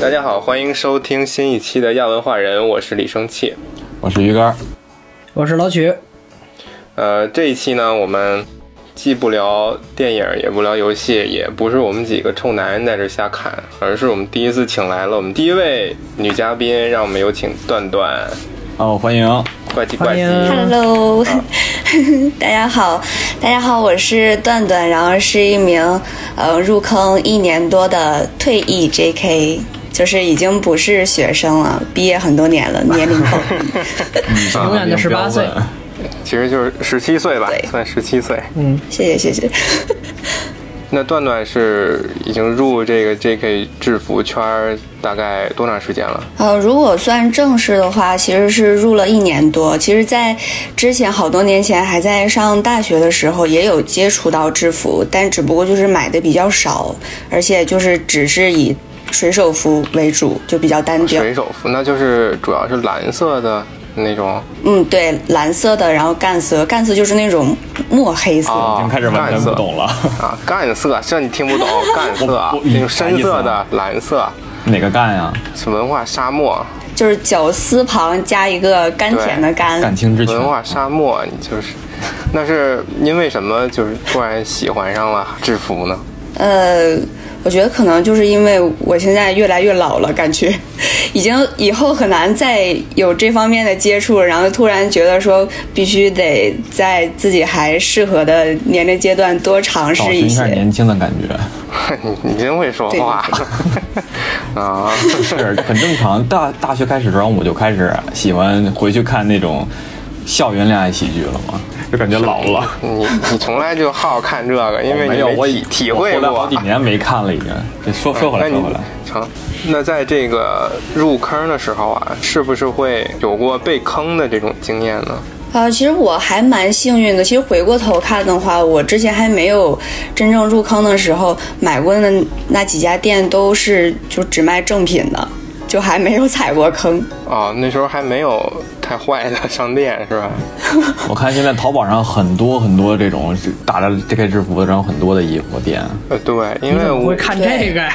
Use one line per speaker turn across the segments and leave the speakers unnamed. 大家好，欢迎收听新一期的亚文化人，我是李生气。
我是鱼竿，
我是老曲，
呃，这一期呢，我们既不聊电影，也不聊游戏，也不是我们几个臭男人在这瞎侃，而是我们第一次请来了我们第一位女嘉宾，让我们有请段段，
哦，欢迎，
怪唧怪
欢
唧
迎。
Hello，大家好，大家好，我是段段，然后是一名呃入坑一年多的退役 JK，就是已经不是学生了，毕业很多年了，年龄够。
永远的十八岁，
其实就是十七岁吧
对，
算十七岁。
嗯
谢谢谢谢。
那段段是已经入这个 JK 制服圈儿大概多长时间了？
呃，如果算正式的话，其实是入了一年多。其实，在之前好多年前还在上大学的时候，也有接触到制服，但只不过就是买的比较少，而且就是只是以水手服为主，就比较单调。
水手服，那就是主要是蓝色的那种
嗯，对，蓝色的，然后干色，干色就是那种墨黑色。
啊，
已经开始完
干
全
色
不懂了，
啊，干色，这你听不懂，干色
我我
那种深色
啥意思
的
啊、
蓝色，
哪个干呀？
是文化沙漠，
就是绞丝旁加一个甘甜的
感
甘，
情之泉
文化沙漠，你就是，那是因为什么？就是突然喜欢上了制服呢？
呃，我觉得可能就是因为我现在越来越老了，感觉 已经以后很难再有这方面的接触了，然后突然觉得说必须得在自己还适合的年龄阶段多尝
找
试
寻
一
一下
些。
年轻的感觉，
你你真会说话 啊！
是很正常。大 大学开始的时候，我就开始喜欢回去看那种校园恋爱喜剧了嘛，就感觉老了。
你你从来就好看这个，因为
哦没
你
有
没
我
体
已
体
我
会
后来
过
好几。年没看了，已经。对说说回
那
来，
你
说回来，
成？那在这个入坑的时候啊，是不是会有过被坑的这种经验呢？
啊，其实我还蛮幸运的。其实回过头看的话，我之前还没有真正入坑的时候，买过的那几家店都是就只卖正品的，就还没有踩过坑。
哦，那时候还没有太坏的商店是吧？
我看现在淘宝上很多很多这种打着 JK 制服的，然后很多的衣服店，
呃，对，因为
我
我
会看这个呀，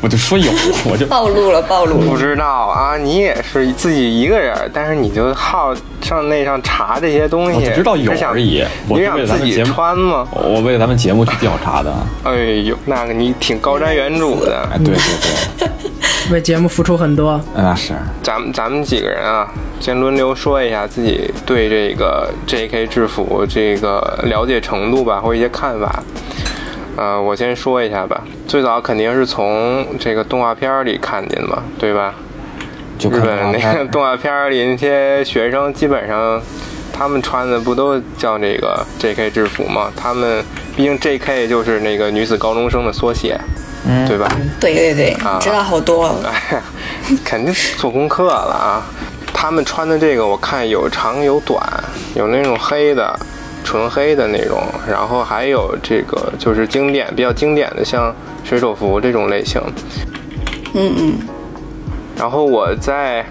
我就说有，我就
暴露了，暴露
不
了。
知道啊，你也是自己一个人，但是你就好上那上查这些东
我
西，
只知道有
你想
而已我
你
是
想
为了咱
自
们
己
节目
穿吗？
我为了咱们节目去调查的。
哎呦，那个你挺高瞻远瞩的。
哎，对对 对，
为节目付出很多。
那是。
咱们咱们几个人啊，先轮流说一下自己对这个 J.K. 制服这个了解程度吧，或一些看法。呃，我先说一下吧。最早肯定是从这个动画片儿里看见的嘛，对吧？
就
日
看
本那个 动画片儿里那些学生基本上，他们穿的不都叫这个 J.K. 制服吗？他们毕竟 J.K. 就是那个女子高中生的缩写，
嗯
对吧？
对对对，知道好多。
啊哎呀，肯定是做功课了啊！他们穿的这个，我看有长有短，有那种黑的，纯黑的那种，然后还有这个就是经典比较经典的，像水手服这种类型。
嗯嗯，
然后我在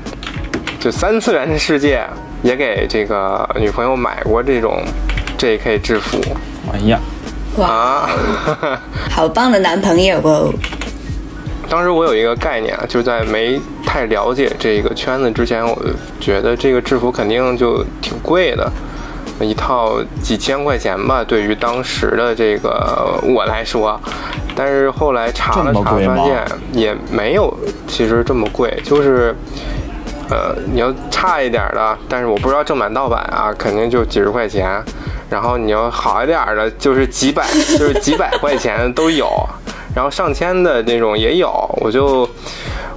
就三次元的世界也给这个女朋友买过这种 J.K. 制服
哎呀，
哇，
啊。
好棒的男朋友哦！
当时我有一个概念啊，就是在没太了解这个圈子之前，我就觉得这个制服肯定就挺贵的，一套几千块钱吧，对于当时的这个我来说。但是后来查了
这么
查，
贵吗
发现也没有其实这么贵，就是。呃，你要差一点儿的，但是我不知道正版盗版啊，肯定就几十块钱。然后你要好一点儿的，就是几百，就是几百块钱都有，然后上千的那种也有。我就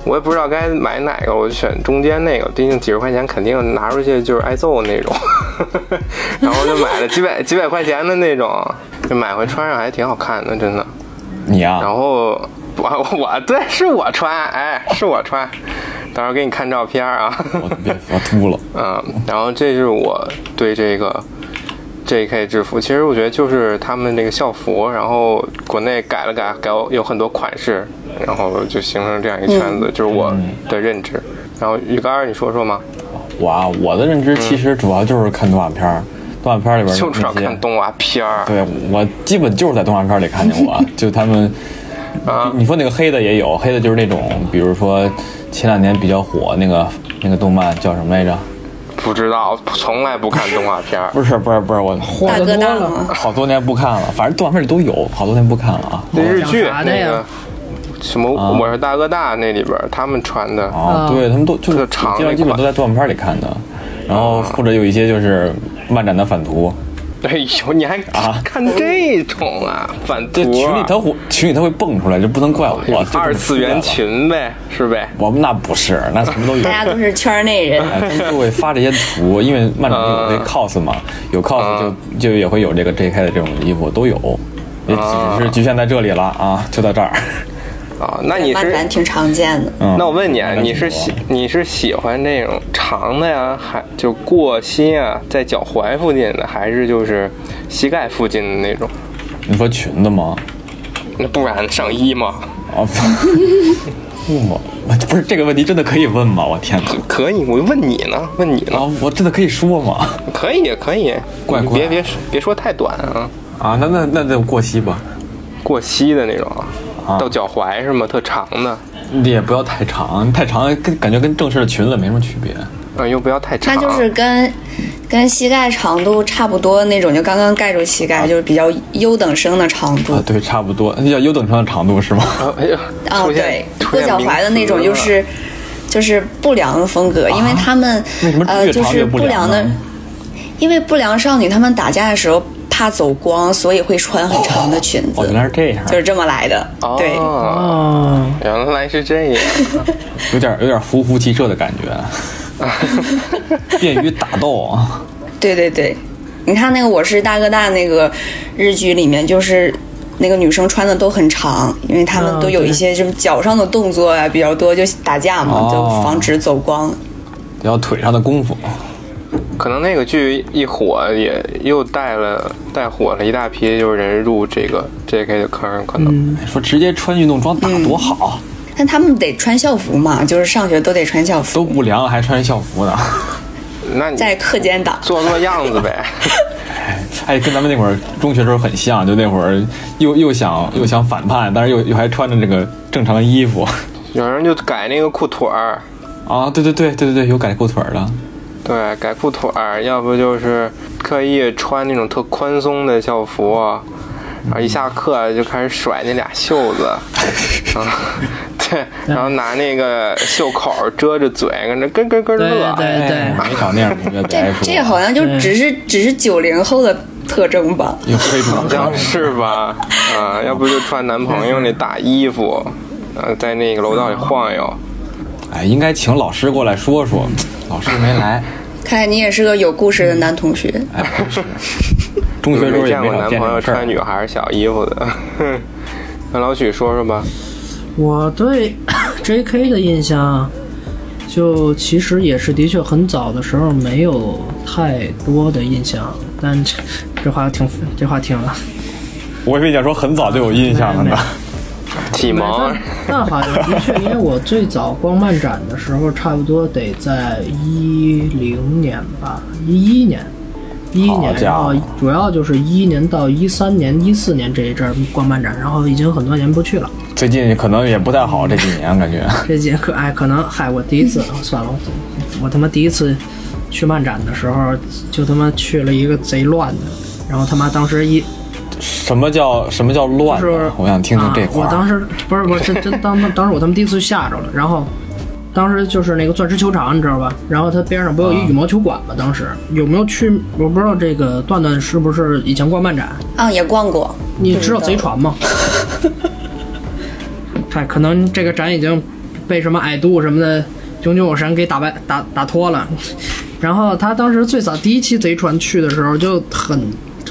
我也不知道该买哪个，我就选中间那个，毕竟几十块钱肯定拿出去就是挨揍那种。 然后就买了几百几百块钱的那种，就买回穿上还挺好看的，真的。
你啊，
然后我我对是我穿，哎，是我穿，到时候给你看照片儿啊。
我别我秃了，
嗯，然后这是我对这个 J.K. 制服，其实我觉得就是他们这个校服，然后国内改了改，改有很多款式，然后就形成这样一个圈
嗯
子，就是我
嗯
的认知。然后鱼竿儿，你说说吗？
我啊，我的认知其实主要就是看动画片儿，动画片儿里边
就
儿
主要
哎那些
看，动画片儿。
对我基本就是在动画片儿里看见过，就他们
啊，
你说那个黑的也有，黑的就是那种，比如说前两年比较火那个那个动漫叫什么来着？
不知道，从来不看动画片儿。
不是不是不 是，我
火
大
的
哥
多
大
了。
吗？
好多年不看了，反正动画片里都有，好多年不看了啊。
那日剧
讲啥
那
的呀
个什么，
啊
我是大哥大那里边儿他们传的，
哦，对他们都就是
特长
基本
那
基本
款嗯
都在动画片里看的，然后或者有一些就是漫展的反图，
哎呦，你还
啊
看这种啊？反图
对群里
啊哎
它会群里它会蹦出来，就不能怪我。这
二次元，群呗，是呗？
我们那不是，那什么 都有
大。家都是圈内人，
哎，他们就会发这些图，因为漫展有
啊
那 cos 嘛，有 cos 就就也会有这个 JK 的这种衣服都有，也只是局限在这里了啊，就到这儿。
啊，那你
漫
是
展挺常见的。
嗯
那我问你啊，
嗯
你是喜你是喜欢那种长的呀，还就过膝啊，在脚踝附近的，还是就是膝盖附近的那种？
你说裙子吗？
那不然上衣嘛？
啊， 我我不是这个问题真的可以问吗？我天哪！
可以，我就问你呢，问你呢？
啊，我真的可以说吗？
可以，可以，
怪
你
怪
别别说别说太短啊，
啊，那那那就过膝吧，
过膝的那种啊
啊
到脚踝是吗？特长的，
也不要太长，太长跟感觉跟正式的裙子没什么区别。
嗯，又不要太长。
它就是跟跟膝盖长度差不多那种，就刚刚盖住膝
啊
盖，就是比较优等生的长度
啊，。对，差不多，那叫优等生的长度是吗？
啊，哎呀，
啊，
出现
对，
出
过
现
脚
名
踝的那种
词
就
了
是就是不良的风格，因为他们
啊为什么
呃
越
就
长越
是
不
不
良
良的
呢，
因为不良少女她们打架的时候怕走光，所以会穿很长的裙
哦，
子
原，来是这 样
就，是这么来的。对，
哦，
哦，
原来是这 样。
有点有点夫服骑射的感觉，便于打斗啊。
对对对，你看那个《我是大哥大》那个日剧里面，就是那个女生穿的都很长，因为她们
嗯
都有
对
一些什么脚上的动作呀、比较多，就打架嘛，就
哦
防止走光。
要腿上的功夫，
可能那个剧一火，也又带了带火了一大批，就是人入这个 J.K. 的坑，可能、
嗯
哎说直接穿运动装打多好，啊
但她们得穿校服嘛，就是上学都得穿校服，
都不凉了还穿校服呢。
那你
在课间党。
做做样子 呗。
哎，跟咱们那会儿中学时候很像，就那会儿又又想又想反叛，但是又又还穿着这个正常的衣服。
有人就改那个裤腿儿，
啊，对对对对对对，有改裤腿儿的。
对，改裤腿儿，要不就是刻意穿那种特宽松的校服，啊然后一下课就开始甩那俩袖子，啊，对，然后拿那个袖口遮着嘴，跟着咯咯咯
对
乐。
对
哎，没少那样 同学，别
这
挨说。
这个好像就
对
只是只是九零后的特征吧，
又推出
好像是吧？啊，要不就穿男朋友那大衣服，呃，在那个楼道里晃悠。
哎，应该请老师过来说说，老师没来。
看来你也是个有故事的男同学。
哎，不是，中学时候也
见
没
过
少
男
见
朋
这
友
种事
穿
儿。
女孩小衣服的。 跟老许说说吧，
我对 J.K. 的印象，啊就其实也是的确很早的时候没有太多的印象，但这这话挺这话挺
我以为你要说很早就有印象了
没
呢
有。
启蒙
那好像的确，因为我最早逛漫展的时候，差不多得在一零年吧，一一年，一一
好
年，
家
然
伙
后主要就是一一年到一三年、一四年这一阵儿逛漫展，然后已经很多年不去了。
最近可能也不太好，这几年感觉。
这节课哎，可能嗨，我第一次算了，我我他妈第一次去漫展的时候，就他妈去了一个贼乱的，然后他妈当时一
什么叫什么叫乱
就
呢
是？
我想听听这块
啊。我当
儿。
时不是不是真真当当时我他妈第一次吓着了，然后当时就是那个钻石球场，你知道吧？然后它边上不有一
啊
羽毛球馆吗？当时有没有去？我不知道这个段段是不是以前逛漫展，
啊，也逛过，
你知道贼船吗？嗨，可能这个展已经被什么矮度什么的炯炯有神给打败打打脱了。然后他当时最早第一期贼船去的时候就很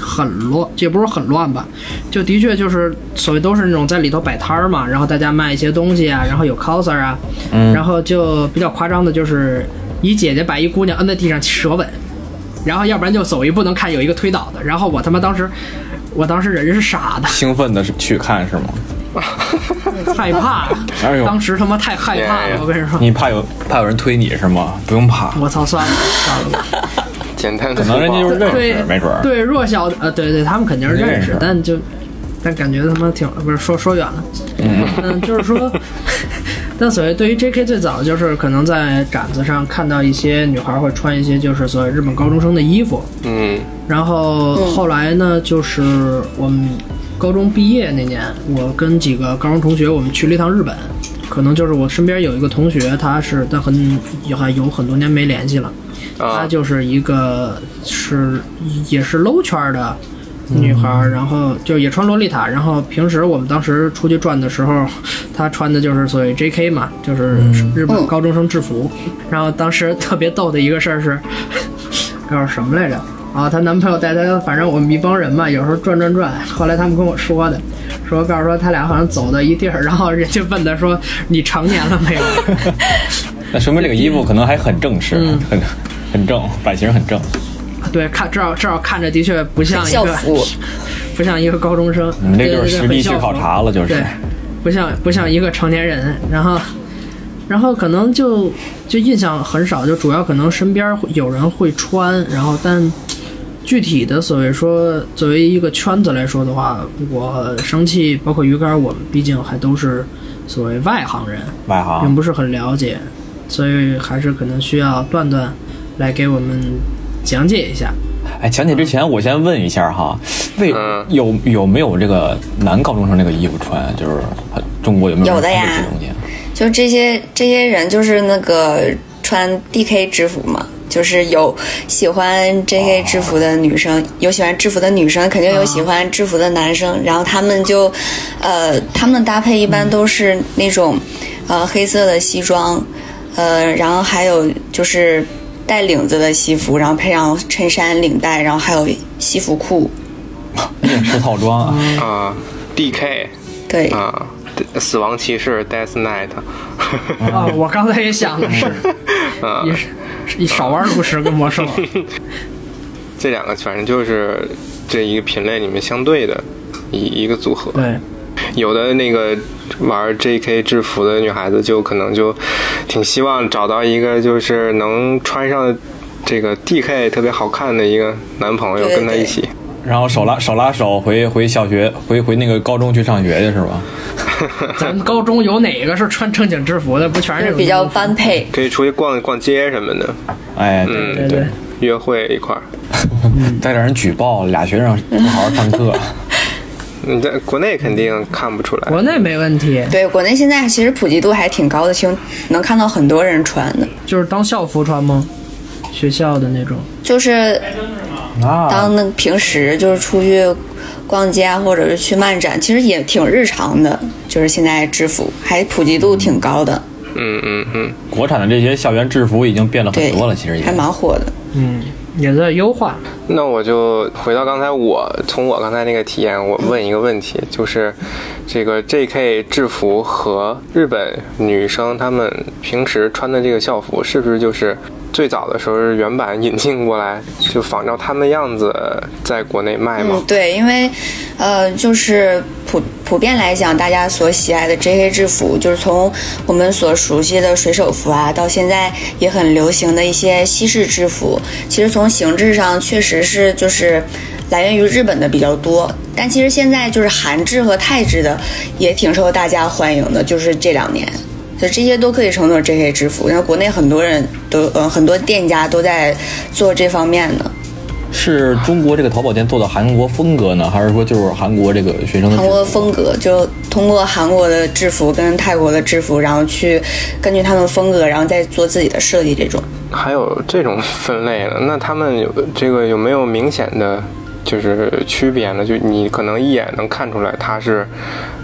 很乱，也不是很乱吧，就的确就是所谓都是那种在里头摆摊儿嘛，然后大家卖一些东西啊，然后有 coser 啊，
嗯
然后就比较夸张的就是一姐姐把一姑娘摁在地上舌吻。然后要不然就走一步能看有一个推倒的，然后我他妈当时，我当时人是傻的，
兴奋的是去看是吗？
害怕，
哎呦
当时他妈太害怕
哎呀
了，我跟你说，
你怕有怕有人推你是吗？不用怕，
我操，算了算了。
简单粗
可能人家就是
暴。
认
对
识，没准儿。嗯
对弱小的呃，对对，他们肯定是认
认
识
识，
但就但感觉他妈挺不是说说远了，嗯，就是说， 但所谓对于 J.K. 最早就是可能在展子上看到一些女孩会穿一些就是所谓日本高中生的衣服，
嗯
然后后来呢，就是我们高中毕业那年，我跟几个高中同学，我们去了一趟日本。可能就是我身边有一个同学，他是他很有很有很多年没联系了，
啊
她就是一个是也是 low 圈儿的女孩儿，然后就也穿洛丽塔，然后平时我们当时出去转的时候，她穿的就是所谓 J.K. 嘛，就是日本高中生制服。然后当时特别逗的一个事儿是， 叫什么来着？啊，她男朋友带她，反正我们一帮人嘛，有时候转转转。后来他们跟我说的，说告诉说他俩好像走到一地儿，然后人家问她说：“你成年了没有？”
那说明这个衣服可能还很正式，
嗯
很很正，版型很正。
对，看至少至少看着的确不像一
校
个
服，
不像一个高中生。
你们这
对
就是
对对
实地
很
去
校服
考察了就是
对，不像不像一个成年人。然后，然后可能就就印象很少，就主要可能身边会有人会穿，然后但具体的所谓说作为一个圈子来说的话，我生气，包括鱼竿，我们毕竟还都是所谓外行人。
外行
并不是很了解，所以还是可能需要段段来给我们讲解一下。
哎，讲解之前我先问一下哈，为
嗯
有有没有这个男高中生那个衣服穿？就是很中国有没有
有的
人穿
呀
这个东西？
就这些这些人就是那个穿 DK 制服嘛，就是有喜欢 JK 制服的女生，有喜欢制服的女生，肯定有喜欢制服的男生。然后他们就，呃，他们的搭配一般都是那种，呃，黑色的西装，呃，然后还有就是带领子的西服，然后配上衬衫、领带，然后还有西服裤。
影视套装
嗯
啊，
啊，DK
对，
啊，死亡骑士 Death Knight，
啊、我刚才也想 的是，也是一少玩五十个 魔兽。
这两个反正就是这一个品类里面相对的一一个组合。
对，
有的那个玩 JK 制服的女孩子，就可能就挺希望找到一个就是能穿上这个 DK 特别好看的一个男朋友，
对
跟她一起。
然后手拉手拉手回回小学回回那个高中去上学去是吧？
咱们高中有哪个是穿正经制服的？不全
就是是比较般配。
可以出去逛逛街什么的，
哎，对
对
对
嗯对，
约会一块儿。
嗯
再让人举报俩学生 不好好上课，
你在国内肯定看不出来，
国内没问题，
对，国内现在其实普及度还挺高的，其实能看到很多人穿的。
就是当校服穿吗？学校的那种，
就是
那
当那平时就是出去逛街啊，或者是去漫展，其实也挺日常的。就是现在制服还普及度挺高的，
嗯嗯嗯，
国产的这些校园制服已经变了很
对
啊多了，其实，也
还蛮火的。
嗯，也在优化。
那我就回到刚才我从我刚才那个体验，我问一个问题，就是这个 J.K. 制服和日本女生她们平时穿的这个校服，是不是就是最早的时候是原版引进过来，就仿照他们样子在国内卖吗
嗯？，对，因为呃，就是普普遍来讲，大家所喜爱的 J.K. 制服，就是从我们所熟悉的水手服啊，到现在也很流行的一些西式制服，其实从形制上确实是就是来源于日本的比较多。但其实现在就是韩制和泰制的也挺受大家欢迎的，就是这两年。就这些都可以称作 J.K. 制服，然后国内很多人都，呃，很多店家都在做这方面的。
是中国这个淘宝店做的韩国风格呢，还是说就是韩国这个学生的制
韩
服
国的 风格，就通过韩国的制服跟泰国的制服，然后去根据他们风格，然后再做自己的设计。这种
还有这种分类呢？那他们有这个有没有明显的就是区别呢？就你可能一眼能看出来它是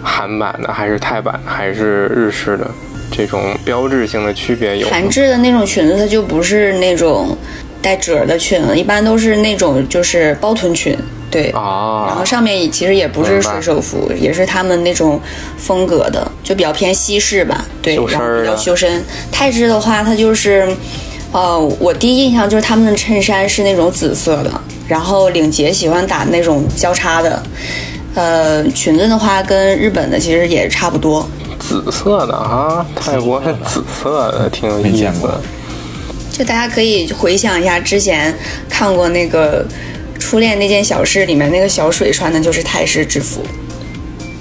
韩版的，还是泰版的，还是日式的，这种标志性的区别有吗？
韩制的那种裙子，它就不是那种带褶儿的裙了，一般都是那种就是包臀裙，对。然
啊
后，上面其实也不是
明白
水手服，也是他们那种风格的，就比较偏西式吧，对，
修身啊
然
儿
后比较
的
修身。泰式的话，它就是，呃，我第一印象就是他们的衬衫是那种紫色的，然后领结喜欢打那种交叉的，呃，裙子的话跟日本的其实也差不多，
紫色的啊，泰国是紫色的，挺有
没
意
见
思
过
的。
就大家可以回想一下之前看过那个《初恋那件小事》里面那个小水穿的就是泰式制服，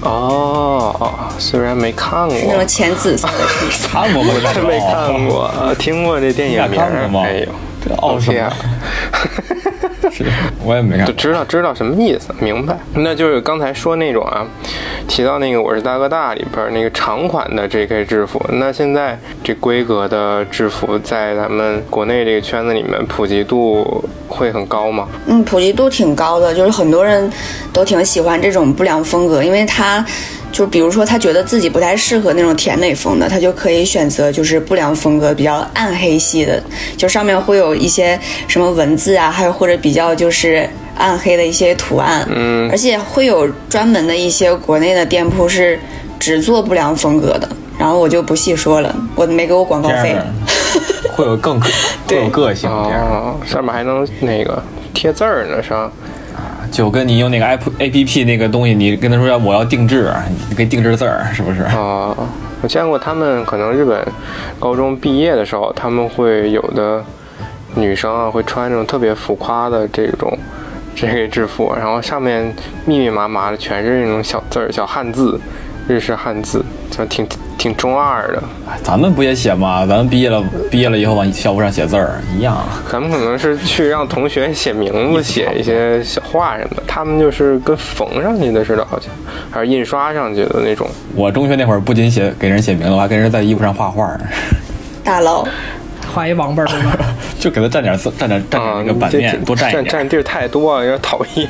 哦哦，虽然没看过，
那种浅紫色的 T 恤。
看过吗？
真 没看过，呃听过这电
你
影
俩
名
哦看过
儿，
吗？
哎呦，
这傲什
OK 啊
么？是，我也没看
就
过。
知道知道什么意思，明白。那就是刚才说那种啊，提到那个《我是大哥大》里边那个长款的 JK 制服，那现在这规格的制服在咱们国内这个圈子里面普及度会很高吗？
嗯，普及度挺高的，就是很多人都挺喜欢这种不良风格，因为他就比如说他觉得自己不太适合那种甜美风的，他就可以选择就是不良风格比较暗黑系的，就上面会有一些什么文字啊，还有或者比较就是暗黑的一些图案，嗯，而且会有专门的一些国内的店铺是只做不良风格的，然后我就不细说了，我没给我广告
这样
费。
的 会有更 个会有个性，这样
哦，上面还能那个贴字儿呢，是吧？
就跟你用那个 app A P P 那个东西，你跟他说要我要定制，你可以定制字儿，是不是？
哦，我见过他们，可能日本高中毕业的时候，他们会有的女生啊，会穿那种特别浮夸的这种 这个制服，然后上面密密麻麻的全是那种小字儿、小汉字，日式汉字，就挺挺中二的。
咱们不也写吗？咱们毕业了，毕业了以后往校服上写字儿一样。啊
咱们可能是去让同学写名字、写一些小话什么的，他们就是跟缝上去的似的，好像还是印刷上去的那种。
我中学那会儿不仅写给人写名字，我还跟人在衣服上画画儿，
大佬，
画一王八儿对吧？
就给他占点字，占点占
啊，
点那个版
这
面，
挺
多占一
占
点。
地儿太多了，有点讨厌。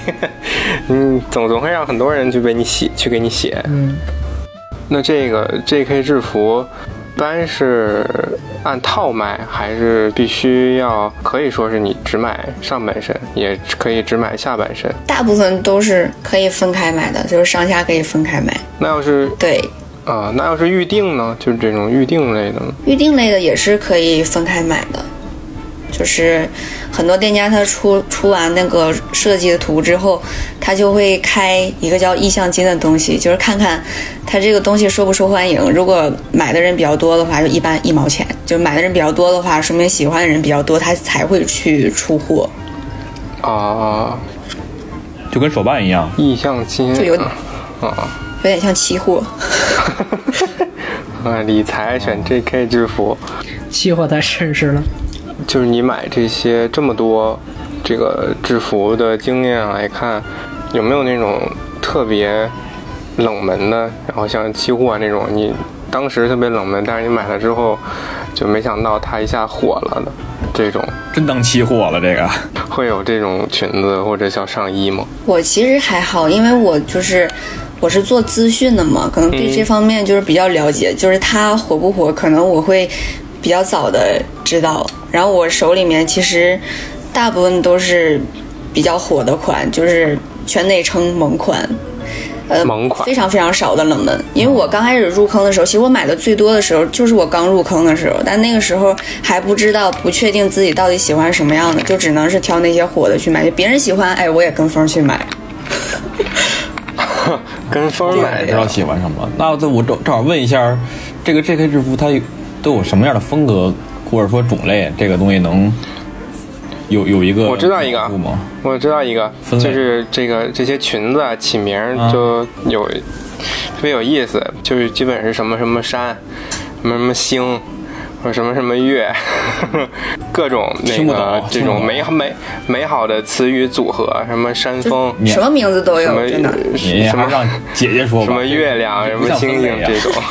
嗯，总总会让很多人去为你写，去给你写。
嗯，
那这个 J.K. 制服，一般是按套卖，还是必须要可以说是你只买上半身，也可以只买下半身？
大部分都是可以分开买的，就是上下可以分开买。
那要是
对，
啊、那要是预定呢？就是这种预定类的呢？
预定类的也是可以分开买的，就是很多店家他出出完那个设计的图之后，他就会开一个叫意向金的东西，就是看看他这个东西受不受欢迎。如果买的人比较多的话，就一般一毛钱；就买的人比较多的话，说明喜欢的人比较多，他才会去出货。
啊、
就跟手办一样，
意向金
就有
啊啊
有点像期货，
啊！理财
哦
选 J.K. 制服。
期货太绅士了。
就是你买这些这么多这个制服的经验来看，有没有那种特别冷门的？然后像期货那种，你当时特别冷门，但是你买了之后就没想到它一下火了的这种，
真当期货了这个。
会有这种裙子或者小上衣吗？
我其实还好，因为我就是我是做资讯的嘛，可能对这方面就是比较了解，就是它火不火，可能我会比较早的知道。然后我手里面其实大部分都是比较火的款，就是全内称萌款。呃，
萌款
非常非常少的冷门，因为我刚开始入坑的时候，其实我买的最多的时候就是我刚入坑的时候，但那个时候还不知道，不确定自己到底喜欢什么样的，就只能是挑那些火的去买，就别人喜欢，哎，我也跟风去买。
跟风买
不知道
的，
喜欢什么。那我正正好问一下，这个 J.K. 制服它有都有什么样的风格或者说种类？这个东西能有有一个
我知道一个啊
分布吗？
我知道一个，
分类
就是这个这些裙子啊起名儿
啊
就有、特别有意思，就是基本是什么什么山，什么什么星。或者什么什么月， 各种那
听不
个
懂
这
听不
种
懂
美美美好的词语组合，什么山峰，
你
什么名字都有
什么，
真的。
你
什
还
么
是让姐姐说吧。
什么月亮，
这
什
个
么
不像
星
分类
星
啊
这种，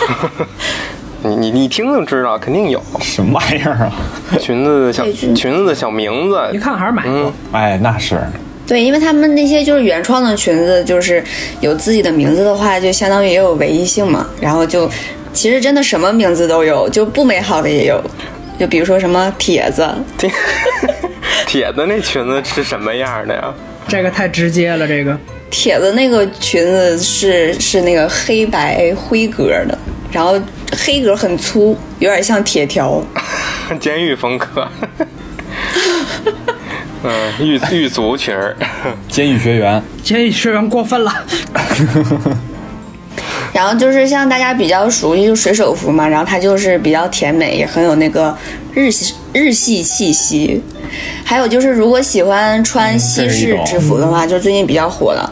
你你你听就知道，肯定有
什么玩意儿啊？
裙子的小
对裙
裙子的小名字，
一看还是买过，
哎，那是
对，因为他们那些就是原创的裙子，就是有自己的名字的话，就相当于也有唯一性嘛。然后就其实真的什么名字都有，就不美好的也有，就比如说什么铁子，
铁 铁的那裙子是什么样的呀？
这个太直接了，这个
铁子那个裙子是是那个黑白灰格的，然后黑格很粗，有点像铁条。
监狱风格。嗯，狱狱卒裙儿，
监狱学员。
监狱学员过分了。
然后就是像大家比较熟悉就水手服嘛，然后它就是比较甜美，也很有那个日系日系气息。还有就是，如果喜欢穿西式制服的话，就是最近比较火的，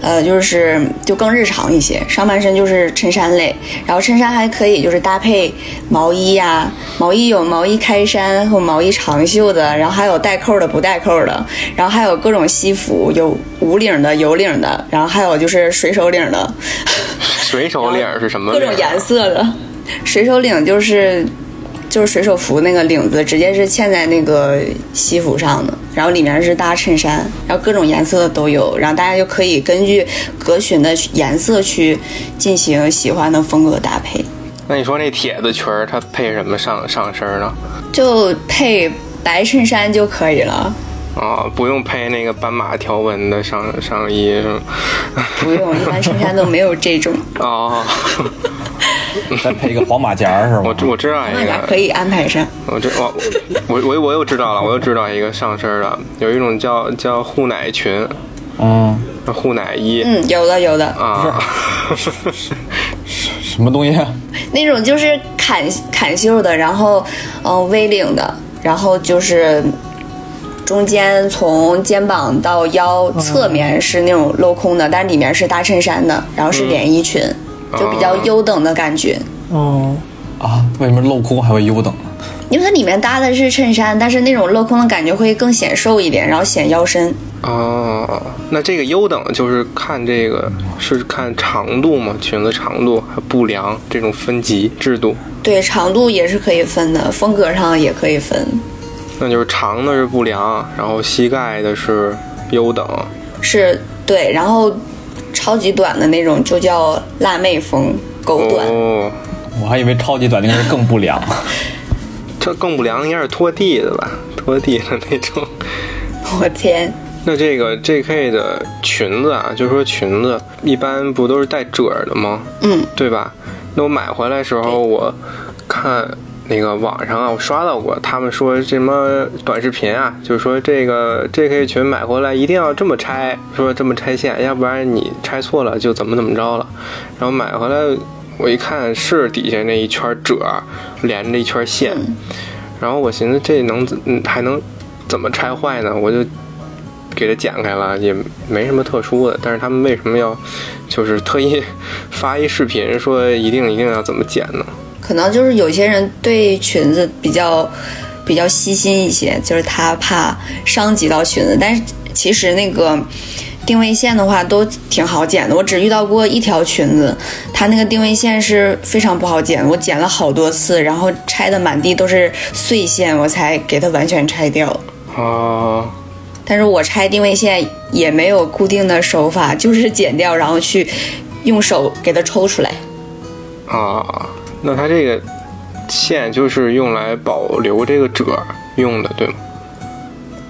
呃，就是就更日常一些。上半身就是衬衫类，然后衬衫还可以就是搭配毛衣呀、毛衣有毛衣开衫和毛衣长袖的，然后还有带扣的不带扣的，然后还有各种西服，有无领的、有领的，然后还有就是水手领的，
水手领儿是什么
各
领儿？啊
种颜色的。 水手领就是就是水手服那个领子，直接是嵌在那个西服上的，然后里面是搭衬衫，然后各种颜色的都有，然后大家就可以根据格裙的颜色去进行喜欢的风格搭配，
那你说那铁子裙儿它配什么上上身呢？
就配白衬衫就可以了。
啊、不用配那个斑马条纹的上上衣是吗？
不用，一般衬衫都没有 这种，
哦，
再配一个黄马甲儿是吗？
我知我知道
那
一
俩
个，
可以安排上。
我知我我我我又知道了，我又知道一个上身的，有一种叫叫护奶裙、
嗯，
护奶衣、
嗯，有的有的，
啊，
什么东西啊？
那种就是砍砍袖的，然后嗯、呃 V 领的，然后就是中间从肩膀到腰侧面是那种镂空的，但里面是搭衬衫的，然后是连衣裙，就比较优等的感觉。
哦，
啊，为什么镂空还会优等呢？
因为它里面搭的是衬衫，但是那种镂空的感觉会更显瘦一点，然后显腰身。
哦，那这个优等就是看这个是看长度吗？裙子长度还布量这种分级制度，
对，长度也是可以分的，风格上也可以分。
那就是长的是布量，然后膝盖的是优等，
是对，然后超级短的那种就叫辣妹风，狗短。
哦，
我还以为超级短那个是更不良，
这更不良应该是拖地的吧，拖地的那种。
我天，
那这个 J.K. 的裙子啊，就说裙子一般不都是带褶儿的吗？
嗯，
对吧？那我买回来的时候，我看那个网上啊，我刷到过，他们说什么短视频啊，就是说这个 J.K. 裙买回来一定要这么拆，说这么拆线，要不然你拆错了就怎么怎么着了。然后买回来我一看是底下那一圈褶儿连着一圈线，然后我寻思这能怎嗯还能怎么拆坏呢？我就给它剪开了，也没什么特殊的。但是他们为什么要就是特意发一视频说一定一定要怎么剪呢？
可能就是有些人对裙子比较比较细心一些，就是他怕伤及到裙子，但是其实那个。定位线的话都挺好剪的，我只遇到过一条裙子，它那个定位线是非常不好剪，我剪了好多次，然后拆的满地都是碎线，我才给它完全拆掉。
哦，
但是我拆定位线也没有固定的手法，就是剪掉，然后去用手给它抽出来。
啊，那它这个线就是用来保留这个褶儿用的，对吗？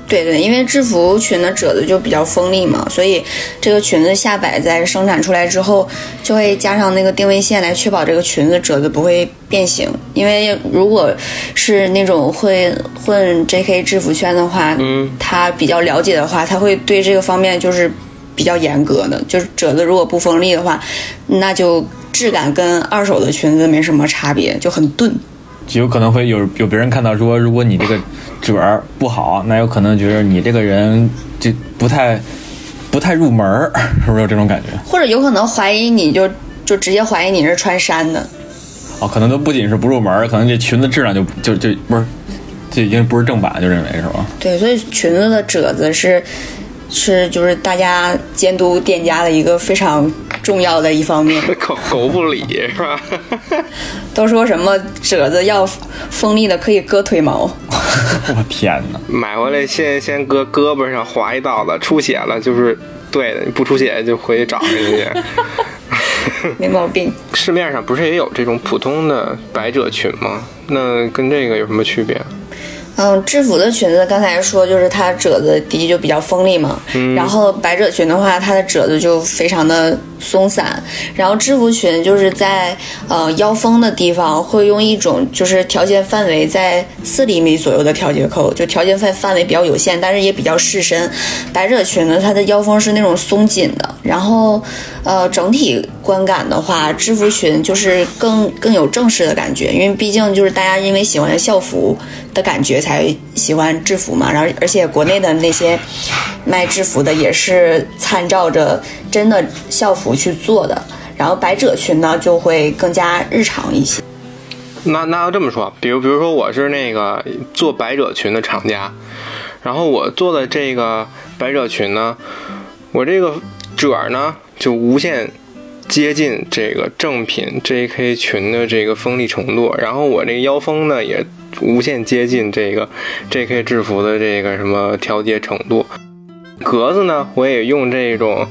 对对，因为制服裙的褶子就比较锋利嘛，所以这个裙子下摆在生产出来之后，就会加上那个定位线来确保这个裙子褶子不会变形。因为如果是那种会混 JK 制服圈的话，
嗯，
他比较了解的话，他会对这个方面就是比较严格的，就是褶子如果不锋利的话，那就质感跟二手的裙子没什么差别，就很钝。
就有可能会有有别人看到说，如果你这个褶儿不好，那有可能觉得你这个人就不太不太入门儿， 是不是有这种感觉？
或者有可能怀疑你就就直接怀疑你是穿衫的，
哦，可能都不仅是不入门儿，可能这裙子质量就就就不是，这已经不是正版，就认为是吧？
对，所以裙子的褶子是是就是大家监督店家的一个非常重要的一方面。
狗狗不理是 吧？
都说什么褶子要锋利的可以割腿毛，
我天哪！
买回来先先搁胳膊上划一道子，出血了就是对的，不出血就回去找人家 去。
没毛病。
市面上不是也有这种普通的百褶裙吗？那跟这个有什么区别？
嗯，制服的裙子刚才说就是它褶子第一就比较锋利嘛，然后百褶裙的话，它的褶子就非常的松散，然后制服裙就是在呃腰封的地方会用一种就是调节范围在四厘米左右的调节扣，就调节范范围比较有限，但是也比较适身。百褶裙呢，它的腰封是那种松紧的，然后呃整体观感的话，制服裙就是更更有正式的感觉，因为毕竟就是大家因为喜欢校服的感觉才喜欢制服嘛。然后而且国内的那些卖制服的也是参照着真的校服去做的。然后百褶裙呢就会更加日常一些。
那那要这么说，比如比如说我是那个做百褶裙的厂家，然后我做的这个百褶裙呢，我这个褶儿呢就无限接近这个正品 JK 裙的这个锋利程度，然后我这个腰封呢也无限接近这个 JK 制服的这个什么调节程度，格子呢我也用这种。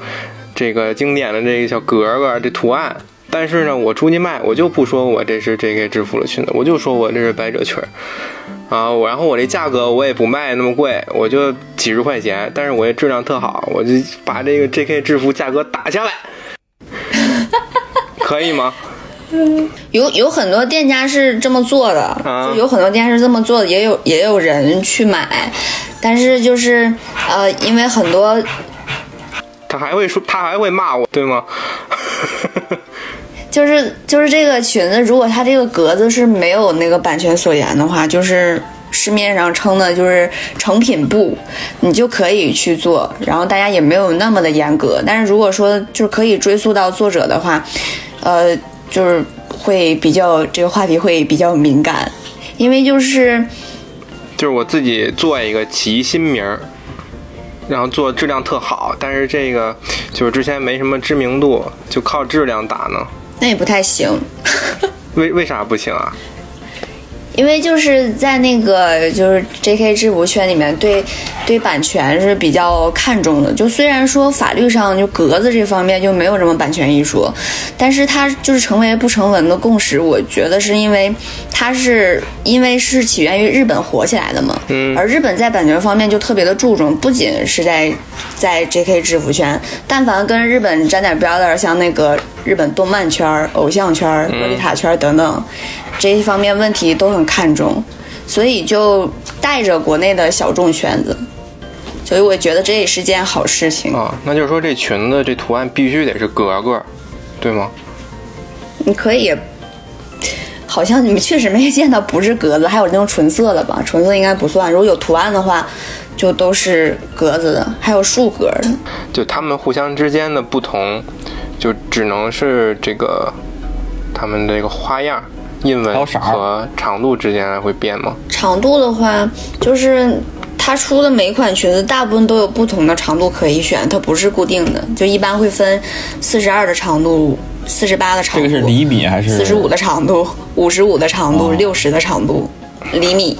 这个经典的这个小格格这图案，但是呢，我出去卖，我就不说我这是 JK 制服的裙子，我就说我这是百褶裙儿啊。我然后我这价格我也不卖那么贵，我就几十块钱，但是我这质量特好，我就把这个 JK 制服价格打下来，可以吗？
有有很多店家是这么做的，
啊
就有很多店家是这么做的，也有也有人去买，但是就是呃，因为很多
他还会说，他还会骂我，对吗？
就是就是这个裙子，如果它这个格子是没有那个版权所言的话，就是市面上称的就是成品布，你就可以去做，然后大家也没有那么的严格。但是如果说就是可以追溯到作者的话，呃，就是会比较这个话题会比较敏感，因为就是
就是我自己做一个起新名儿，然后做质量特好，但是这个就是之前没什么知名度，就靠质量打呢。
那也不太行。
为为啥不行啊？
因为就是在那个就是 J.K. 制服圈里面对，对版权是比较看重的。就虽然说法律上就格子这方面就没有什么版权一说，但是它就是成为不成文的共识。我觉得是因为它是因为是起源于日本火起来的嘛，
嗯
而日本在版权方面就特别的注重，不仅是在在 J.K. 制服圈，但凡跟日本沾点边儿的，像那个日本动漫圈儿、偶像圈儿、洛丽塔圈儿等等。这一方面问题都很看重，所以就带着国内的小众圈子，所以我觉得这也是件好事情。
啊，那就是说这裙子这图案必须得是格格，对吗？
你可以，好像你们确实没见到不是格子，还有那种纯色的吧？纯色应该不算，如果有图案的话，就都是格子的，还有竖格的。
就他们互相之间的不同，就只能是这个他们这个花样、印
还
纹
有色儿
和长度之间会变吗？
长度的话，就是它出的每款裙子大部分都有不同的长度可以选，它不是固定的，就一般会分四十二的长度、四十八的长
这
度。
个是厘米还是
四十五的长度、五十五的长度、
哦
六十的长度，厘米。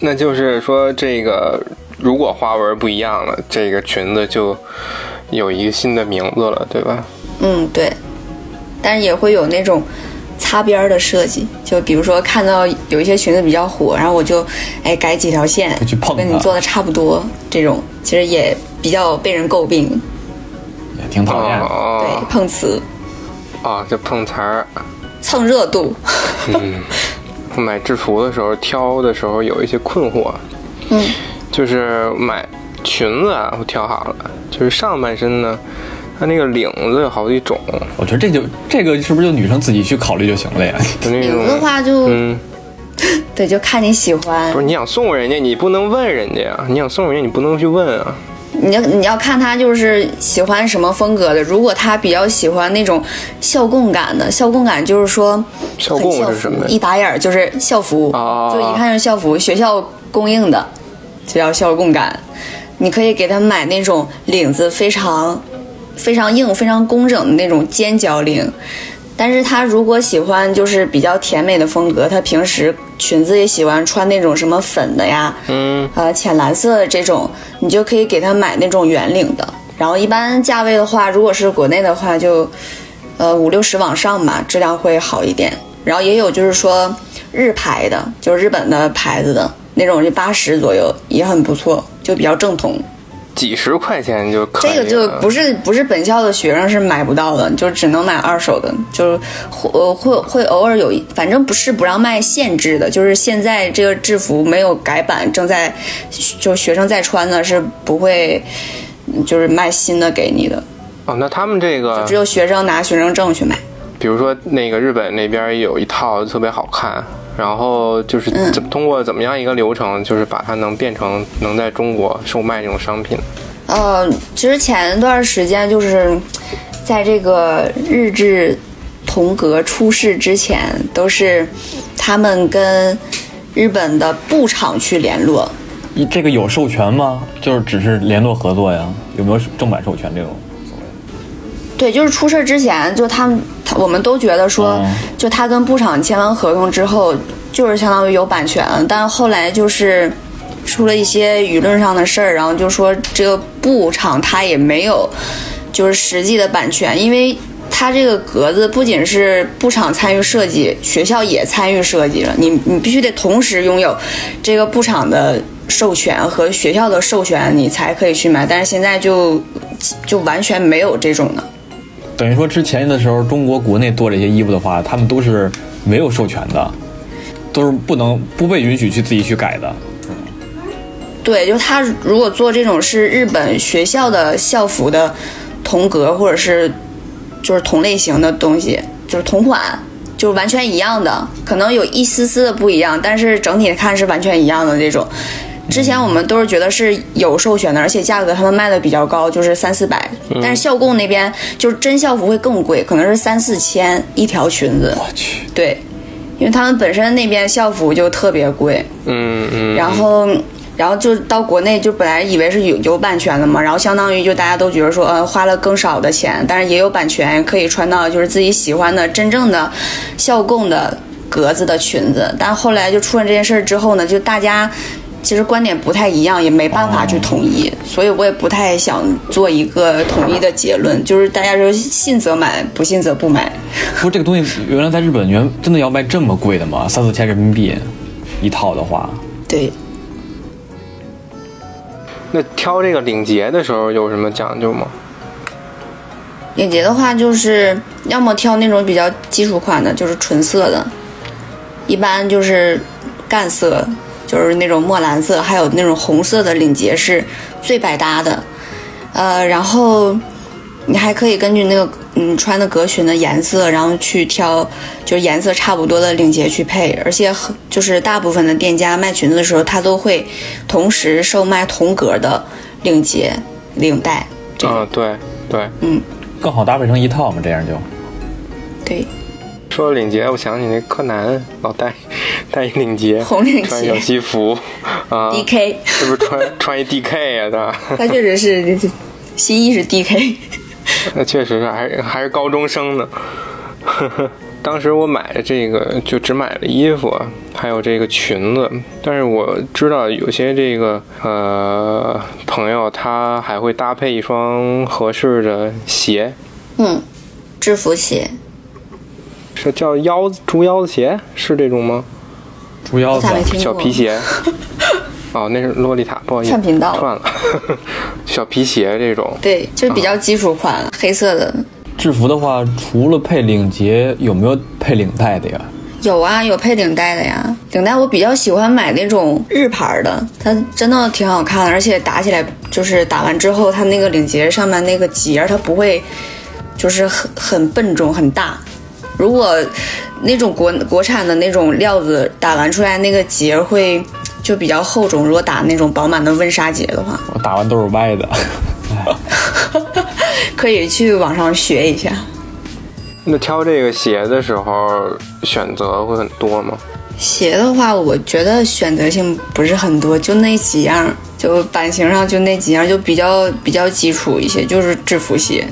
那就是说这个如果花纹不一样了，这个裙子就有一个新的名字了，对吧？
嗯，对。但是也会有那种擦边儿的设计，就比如说看到有一些裙子比较火，然后我就哎改几条线
就去碰，它
跟你做的差不多，这种其实也比较被人诟病，
也挺讨厌的。啊
对，
哦
碰瓷、
哦哦，这碰瓷儿。
蹭热度。
嗯
买制服的时候挑的时候有一些困惑，
嗯，
就是买裙子啊，我挑好了，就是上半身呢，它那个领子有好几种，
我觉得这就这个是不是就女生自己去考虑就行了呀？
就那
领子的
种，
话就、
嗯，
对，就看你喜欢
不。是你想送人家，你不能问人家啊呀，你想送人家，你不能去问啊，
你要你要看他就是喜欢什么风格的。如果他比较喜欢那种校供感的，校供感就是说
校
很
供
校
是什么
服
呀
一打眼儿就是校服，
哦
就一看就是校服，学校供应的，就叫校供感。你可以给他买那种领子非常非常硬、非常工整的那种尖角领。但是他如果喜欢就是比较甜美的风格，他平时裙子也喜欢穿那种什么粉的呀，
嗯，
呃浅蓝色的这种，你就可以给他买那种圆领的。然后一般价位的话，如果是国内的话就，呃五六十往上吧，质量会好一点。然后也有就是说日牌的，就是日本的牌子的那种，就八十左右也很不错，就比较正统。
几十块钱就可以
这
了。
个就不是不是本校的学生是买不到的，就只能买二手的，就是会呃会会偶尔有一，反正不是不让卖现制的，就是现在这个制服没有改版，正在就学生在穿的是不会。就是卖新的给你的，
哦，那他们这个
只有学生拿学生证去买。
比如说那个日本那边有一套特别好看，然后就是
嗯
怎么通过怎么样一个流程，就是把它能变成能在中国售卖这种商品。
呃，其实前段时间就是在这个日志同格出事之前，都是他们跟日本的布厂去联络。
一这个有授权吗？就是只是联络合作呀？有没有正版授权这种？
对，就是出事之前，就他们，他我们都觉得说，
嗯
就他跟布厂签完合同之后，就是相当于有版权了。但后来就是出了一些舆论上的事儿，然后就说这个布厂它也没有就是实际的版权，因为它这个格子不仅是布厂参与设计，学校也参与设计了，你你必须得同时拥有这个布厂的。授权和学校的授权，你才可以去买，但是现在就就完全没有这种的。
等于说之前的时候，中国国内做这些衣服的话，他们都是没有授权的，都是不能不被允许去自己去改的。
对，就他如果做这种是日本学校的校服的同格，或者是就是同类型的东西，就是同款，就是完全一样的，可能有一丝丝的不一样，但是整体看是完全一样的这种。之前我们都是觉得是有授权的，而且价格他们卖的比较高，就是三四百。但是校购那边就是真校服会更贵，可能是三四千一条裙子。
我去，
对，因为他们本身那边校服就特别贵。
嗯嗯，
然后，然后就到国内，就本来以为是有有版权的嘛，然后相当于就大家都觉得说，呃，花了更少的钱，但是也有版权，可以穿到就是自己喜欢的真正的校供的格子的裙子。但后来就出了这件事儿之后呢，就大家。其实观点不太一样，也没办
哦
法去统一，所以我也不太想做一个统一的结论，就是大家说信则买，不信则不买。
不是这个东西原来在日本原真的要卖这么贵的吗？三四千人民币一套的话，
对，
那挑这个领结的时候有什么讲究吗？
领结的话，就是要么挑那种比较基础款的，就是纯色的，一般就是干色，就是那种墨蓝色，还有那种红色的领结是最百搭的。呃，然后你还可以根据那个嗯穿的格裙的颜色，然后去挑就是颜色差不多的领结去配，而且很就是大部分的店家卖裙子的时候，他都会同时售卖同格的领结、领带。这种
嗯，对对。
更好搭配成一套嘛，这样就。
对。
说到领结，我想起那柯南老戴 戴一领结，
红领结
穿小西服啊
DK
是不是穿穿一啊 DK 呀、 他
他确实是新一是 DK，
那确实是还是还是高中生呢。 当时我买的这个就只买了衣服，啊还有这个裙子，但是我知道有些这个呃朋友他还会搭配一双合适的鞋，
嗯，制服鞋
是叫腰子竹腰子鞋是这种吗？
猪腰子
咋没听过？
哦小皮鞋。 哦，那是洛丽塔，不好意思，
串频道了
串了。 小皮鞋这种，
对，就是比较基础
啊
款，黑色的。
制服的话，除了配领结，有没有配领带的呀？
有啊，有配领带的呀。领带我比较喜欢买那种日牌儿的，它真的挺好看的，而且打起来就是打完之后，它那个领结上面那个结儿它不会就是很很笨重很大。如果那种国国产的那种料子打完出来，那个结儿会就比较厚重。如果打那种饱满的温莎结的话，
我打完都是歪的。
可以去网上学一下。
那挑这个鞋的时候选择会很多吗？
鞋的话，我觉得选择性不是很多，就那几样，就版型上就那几样，就比较比较基础一些，就是制服鞋，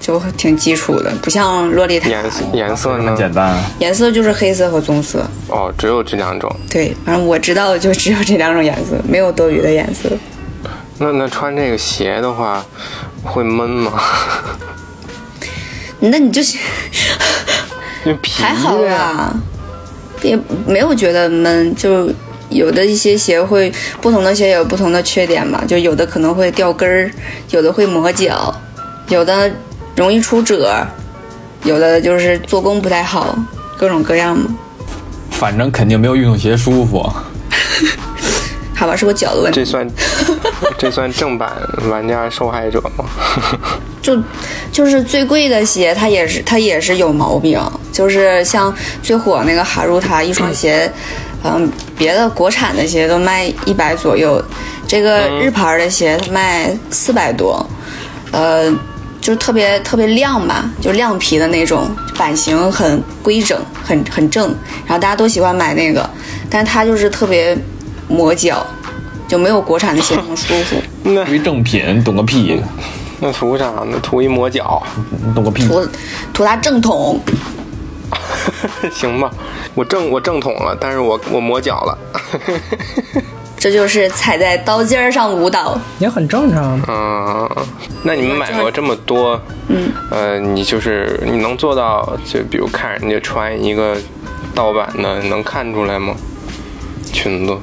就挺基础的，不像洛丽塔，
颜色颜色呢
很？ 简单啊，
颜色就是黑色和棕色。
哦，只有这两种。
对，反正我知道的就只有这两种颜色，没有多余的颜色。
那那穿这个鞋的话，会闷吗？
那你就是
因为皮
还好啊
的呀。
吧，也没有觉得闷，就有的一些鞋会，不同的鞋有不同的缺点吧，就有的可能会掉跟儿，有的会磨脚，有的容易出褶，有的就是做工不太好，各种各样嘛。
反正肯定没有运动鞋舒服。
好吧，是我脚的问题
这，算 这算正版玩家受害者吗？
就就是最贵的鞋，它也是它也是有毛病，就是像最火那个哈鲁塔一双鞋，嗯，别的国产的鞋都卖一百左右，这个日牌的鞋它卖四百多，呃，就是特别特别亮吧，就亮皮的那种，版型很规整，很很正，然后大家都喜欢买那个，但它就是特别磨脚，就没有国产的鞋那么舒服。
那
于正品懂个屁，
那图啥呢？图一磨脚，
懂个屁。
图图它正统，
行吧？我正我正统了，但是我我磨脚了。
这就是踩在刀尖儿上舞蹈。
也很正 常。
嗯，那你们买过这么多，嗯，呃，你就是你能做到，就比如看人家穿一个盗版的，能看出来吗？裙子，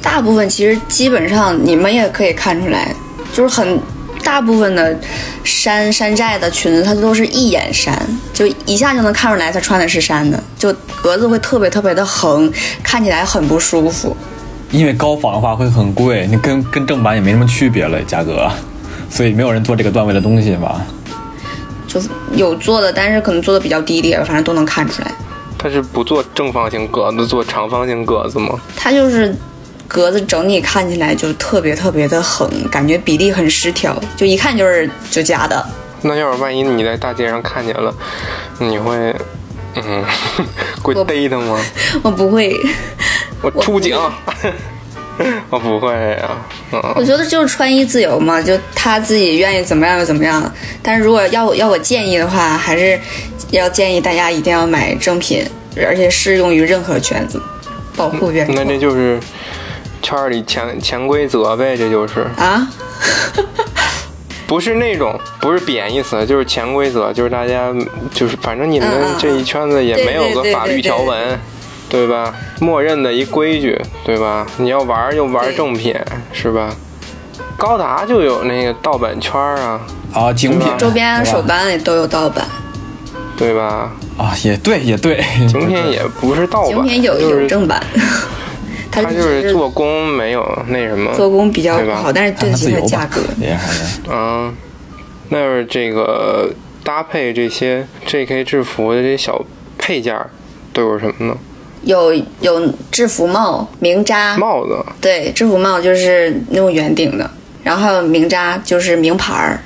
大部分其实基本上你们也可以看出来，就是很大部分的山山寨的裙子，它都是一眼山，就一下就能看出来它穿的是山的，就格子会特别特别的横，看起来很不舒服。
因为高仿的话会很贵，你跟跟正版也没什么区别了，价格，所以没有人做这个段位的东西嘛。
就是有做的，但是可能做的比较低劣，反正都能看出来。
它是不做正方形格子，做长方形格子吗？
它就是格子整体看起来就特别特别的横，感觉比例很失调，就一看就是就假的。
那要是万一你在大街上看见了，你会，嗯， 会
我
逮他吗？
我不会，
我出警， 我不会啊，
我
嗯，
觉得就是穿衣自由嘛，就他自己愿意怎么样就怎么样。但是如果要我要我建议的话，还是要建议大家一定要买正品，而且适用于任何圈子，保护原
那
创
这就是圈儿里潜潜规则呗，这就是。
啊。
不是那种，不是贬义词，就是潜规则，就是大家就是反正你
嗯嗯
们
嗯
这一圈子也
对
没有个
对对
法律
对对
条文，对吧？默认的一规矩，对吧？你要玩儿就玩儿
对
正品，是吧？高达就有那个盗版圈儿啊，
啊，精品
周边
对吧
手办也都有盗版，
对吧？
啊，也对，也对，
景品也不是盗
精
版，
品有
就
有
是
正版，它
它就
只
是做工没有那什么，
做工比较
对
不
吧
好，但是
看
对得
它
起
自
它的
由
价
吧
格。，
也还是
啊，那是这个搭配这些 JK 制服的这些小配件儿都有什么呢？
有有制服帽、明扎，
帽子。
对，制服帽就是那种圆顶的，然后还有名扎，就是名牌儿。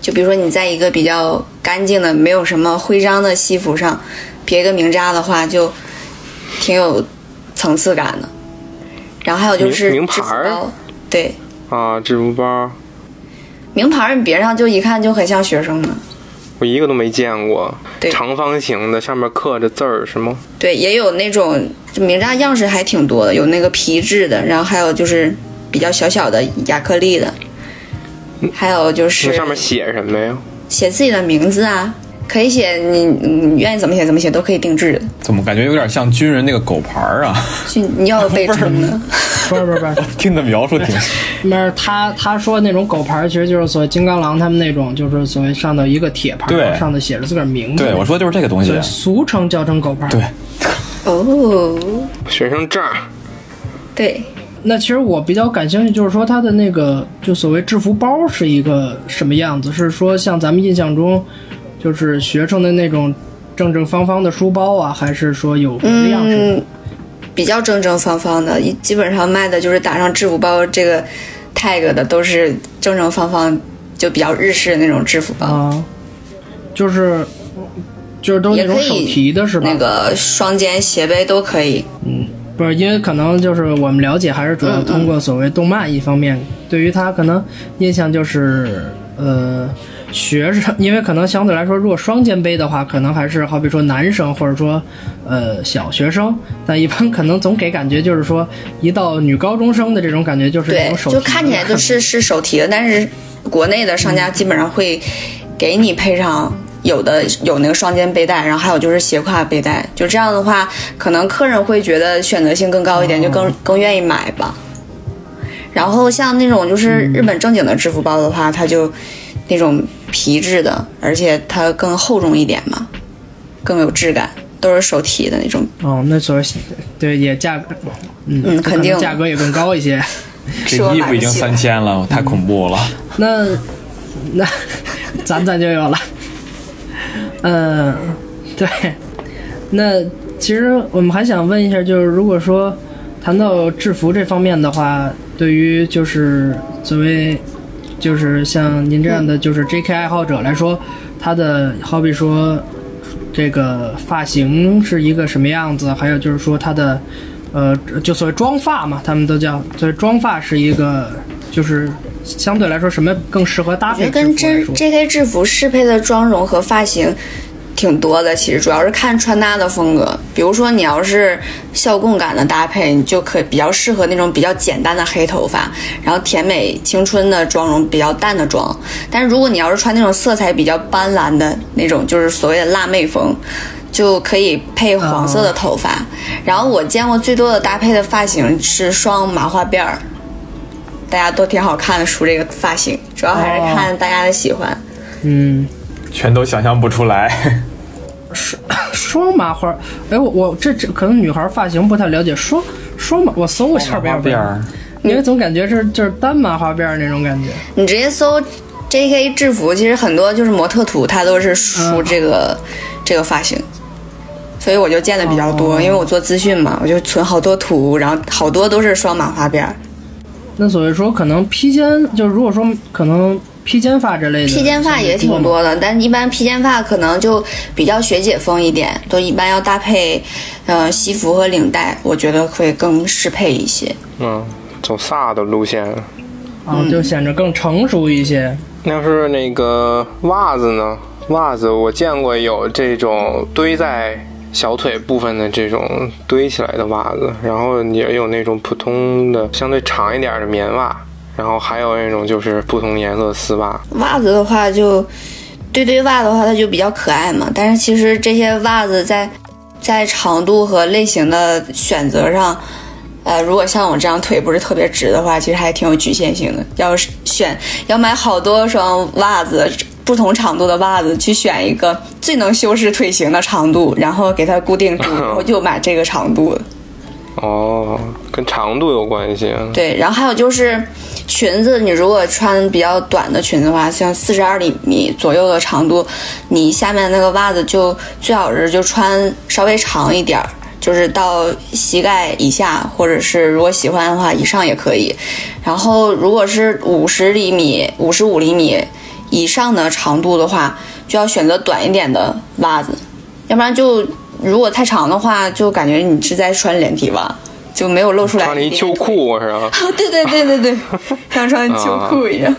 就比如说你在一个比较干净的、没有什么徽章的西服上别一个名扎的话，就挺有层次感的。然后还有就是
名名牌儿
制服包，对，
啊，制服包，
名牌儿你别上就一看就很像学生了。
我一个都没见过。
对
长方形的，上面刻着字儿是吗？
对，也有那种就名扎样式还挺多的，有那个皮质的，然后还有就是比较小小的亚克力的，还有就是
嗯那上面写什么呀？
写自己的名字啊，可以写你你愿意怎么写怎么写都可以定制的，
怎么感觉有点像军人那个狗牌儿啊？
就你要 被称的。
不是不是不是，
听的描述 挺
那儿他他说那种狗牌儿，其实就是所谓金刚狼他们那种，就是所谓上头一个铁牌儿，
对
然后上头写着自个儿名字。
对，我说就是这个东西啊
对，，俗称叫成狗牌。
对，，
哦，
学生证儿，
对，
那其实我比较感兴趣，就是说它的那个就所谓制服包是一个什么样子？是说像咱们印象中，就是学生的那种正正方方的书包啊，还是说有别的样式呢？
嗯，比较正正方方的，一基本上卖的就是打上制服包这个 tag 的都是正正方方，就比较日式的那种制服包。
啊，就是就是都
也
那种
可
手
以
提的是吧？
那个双肩斜背都可以，
不是，因为可能就是我们了解还是主要通过所谓动漫一方面，对于他可能印象就是呃学生，因为可能相对来说，如果双肩背的话，可能还是好比说男生或者说呃小学生，但一般可能总给感觉就是说一到女高中生的这种感觉就是那
对
种，手
就
提
看起来
的嗯
就是是手提的，但是国内的商家基本上会给你配上。有的有那个双肩背带，然后还有就是斜挎背带，就这样的话，可能客人会觉得选择性更高一点，就
哦
更更愿意买吧。然后像那种就是
嗯
日本正经的制服包的话，它就那种皮质的，而且它更厚重一点嘛，更有质感，都是手提的那种
哦，那所谓对也价格，嗯，就
嗯
可
肯
能
定
价格也更高一些。
是我
这衣
买
服
不
已经
起
三
的
千了，太恐怖了。
那那咱咱就有了。嗯，对。那其实我们还想问一下，就是如果说谈到制服这方面的话，对于就是作为就是像您这样的就是 JK 爱好者来说，他的好比说这个发型是一个什么样子，还有就是说他的呃就所谓妆发嘛，他们都叫所谓妆发是一个就是相对来说什么更适合搭
我
配
觉
制服来
得跟真
说
JK 制服适配的妆容和发型挺多的，其实主要是看穿搭的风格。比如说，你要是校供感的搭配，你就可以比较适合那种比较简单的黑头发，然后甜美青春的妆容，比较淡的妆。但是如果你要是穿那种色彩比较斑斓的那种，就是所谓的辣妹风。就可以配黄色
啊
的头发然后我见过最多的搭配的发型是双麻花辫儿，大家都挺好看的，梳这个发型，主要还是看大家的喜欢。
嗯。
全都想象不出来。
双麻花，哎，我我这这可能女孩发型不太了解，双双麻，我搜过下边
边儿，
因为总感觉是就是单麻花辫儿那种感觉。
你直接搜 J.K. 制服，其实很多就是模特图，它都是梳这个、这个发型，所以我就见的比较多，因为我做资讯嘛，我就存好多图，然后好多都是双麻花辫儿。
那所谓说可能披肩，就是如果说可能披肩发之类的，
披肩发也挺多的，但一般披肩发可能就比较学姐风一点，都一般要搭配，呃，西服和领带，我觉得会更适配一些。
嗯，走飒的路线。
嗯
啊，就显得更成熟一些。
那要是那个袜子呢？袜子我见过有这种堆在小腿部分的这种堆起来的袜子，然后也有那种普通的相对长一点的棉袜，然后还有那种就是不同颜色的丝袜。
袜子的话就，对对袜的话，它就比较可爱嘛。但是其实这些袜子在在长度和类型的选择上，呃，如果像我这样腿不是特别直的话，其实还挺有局限性的。要是选要买好多双袜子，不同长度的袜子去选一个最能修饰腿型的长度，然后给它固定住，然后就买这个长度的。
哦，跟长度有关系。啊
对，然后还有就是裙子，你如果穿比较短的裙子的话，像四十二厘米左右的长度，你下面那个袜子就最好是就穿稍微长一点儿，就是到膝盖以下，或者是如果喜欢的话以上也可以。然后如果是五十厘米、五十五厘米以上的长度的话，就要选择短一点的袜子，要不然就如果太长的话，就感觉你是在穿连体袜。就没有露出来
穿了一
边
秋
腿
裤是吧？
啊， 对对对对对，像穿秋裤一样。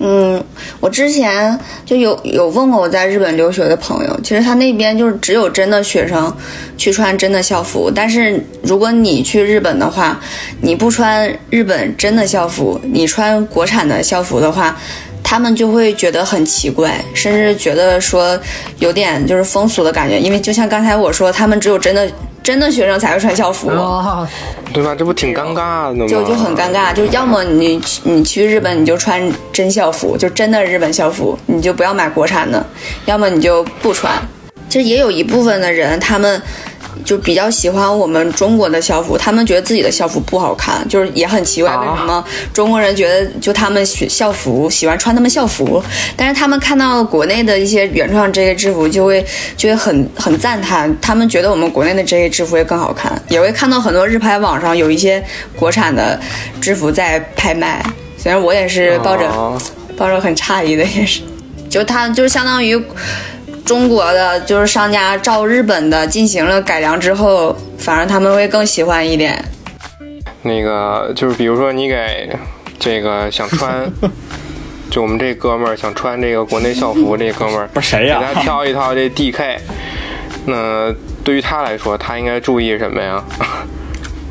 嗯，我之前就有有问过我在日本留学的朋友，其实他那边就是只有真的学生去穿真的校服，但是如果你去日本的话，你不穿日本真的校服，你穿国产的校服的话，他们就会觉得很奇怪，甚至觉得说有点就是风俗的感觉，因为就像刚才我说，他们只有真的真的学生才会穿校服。
哦，
对吧？这不挺尴尬的吗？
就就很尴尬，就要么你去你去日本你就穿真校服，就真的日本校服，你就不要买国产的，要么你就不穿。其实也有一部分的人，他们就比较喜欢我们中国的校服，他们觉得自己的校服不好看，就是也很奇怪，
啊
为什么中国人觉得就他们学校服喜欢穿他们校服，但是他们看到国内的一些原创这些制服，就会就会很很赞叹，他们觉得我们国内的这些制服会更好看，也会看到很多日拍网上有一些国产的制服在拍卖，虽然我也是抱着、
哦
抱着很诧异的也是，就它就是相当于中国的就是商家照日本的进行了改良之后，反而他们会更喜欢一点。
那个就是比如说你给这个想 穿，就我们这哥们儿想穿这个国内校服，这哥们儿
不是谁呀
给他挑一套这 DK，那对于他来说，他应该注意什么呀？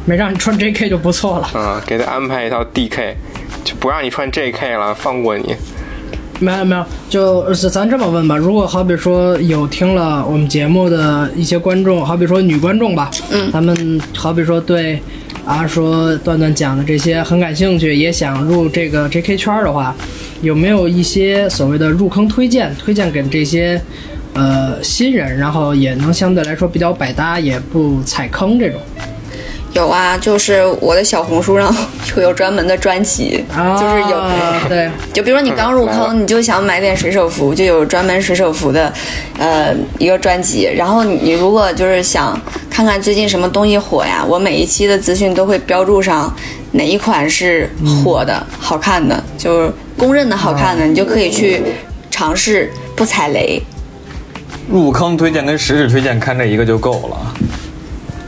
没让你穿 JK 就不错了。
啊，给他安排一套 DK，就不让你穿 JK 了，放过你。
没有没有，就是咱这么问吧。如果好比说有听了我们节目的一些观众，好比说女观众吧，嗯，他们好比说对啊说段段讲的这些很感兴趣，也想入这个 JK 圈儿的话，有没有一些所谓的入坑推荐？推荐给这些呃新人，然后也能相对来说比较百搭，也不踩坑这种。
有啊，就是我的小红书上 会有专门的专辑，
啊，
就是有。
对，
就比如说你刚入
嗯来了
坑，你就想买点水手服，就有专门水手服的，呃，一个专辑。然后你如果就是想看看最近什么东西火呀，我每一期的资讯都会标注上哪一款是火的、
嗯
好看的，就是公认的好看的，你就可以去尝试，不踩雷。
入坑推荐跟实质推荐看这一个就够了。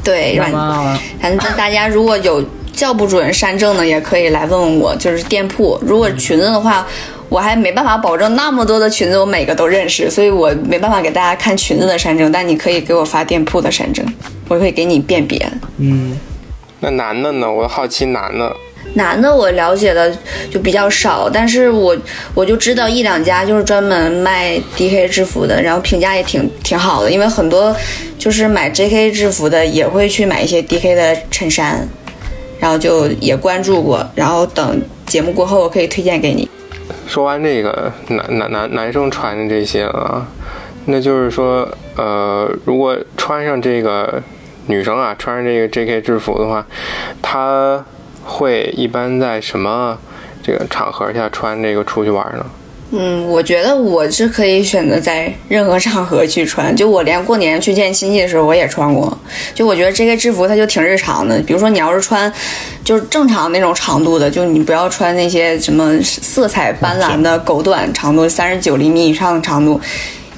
对，让你
妈了，
反正大家如果有叫不准山正的，也可以来问问我，就是店铺。如果裙子的话，我还没办法保证那么多的裙子我每个都认识，所以我没办法给大家看裙子的山正，但你可以给我发店铺的山正，我会给你辨别。
嗯，
那男的呢？我好奇男的，
男的我了解的就比较少，但是我我就知道一两家就是专门卖 DK 制服的，然后评价也挺挺好的，因为很多就是买 JK 制服的也会去买一些 DK 的衬衫，然后就也关注过，然后等节目过后我可以推荐给你。
说完这个男男男男生穿的这些了，那就是说，呃，如果穿上这个女生啊，穿上这个 JK 制服的话，她会一般在什么这个场合下穿这个出去玩呢？
嗯，我觉得我是可以选择在任何场合去穿，就我连过年去见亲戚的时候我也穿过。就我觉得这个制服它就挺日常的，比如说你要是穿就是正常那种长度的，就你不要穿那些什么色彩斑斓的狗短长度，三十九厘米以上的长度。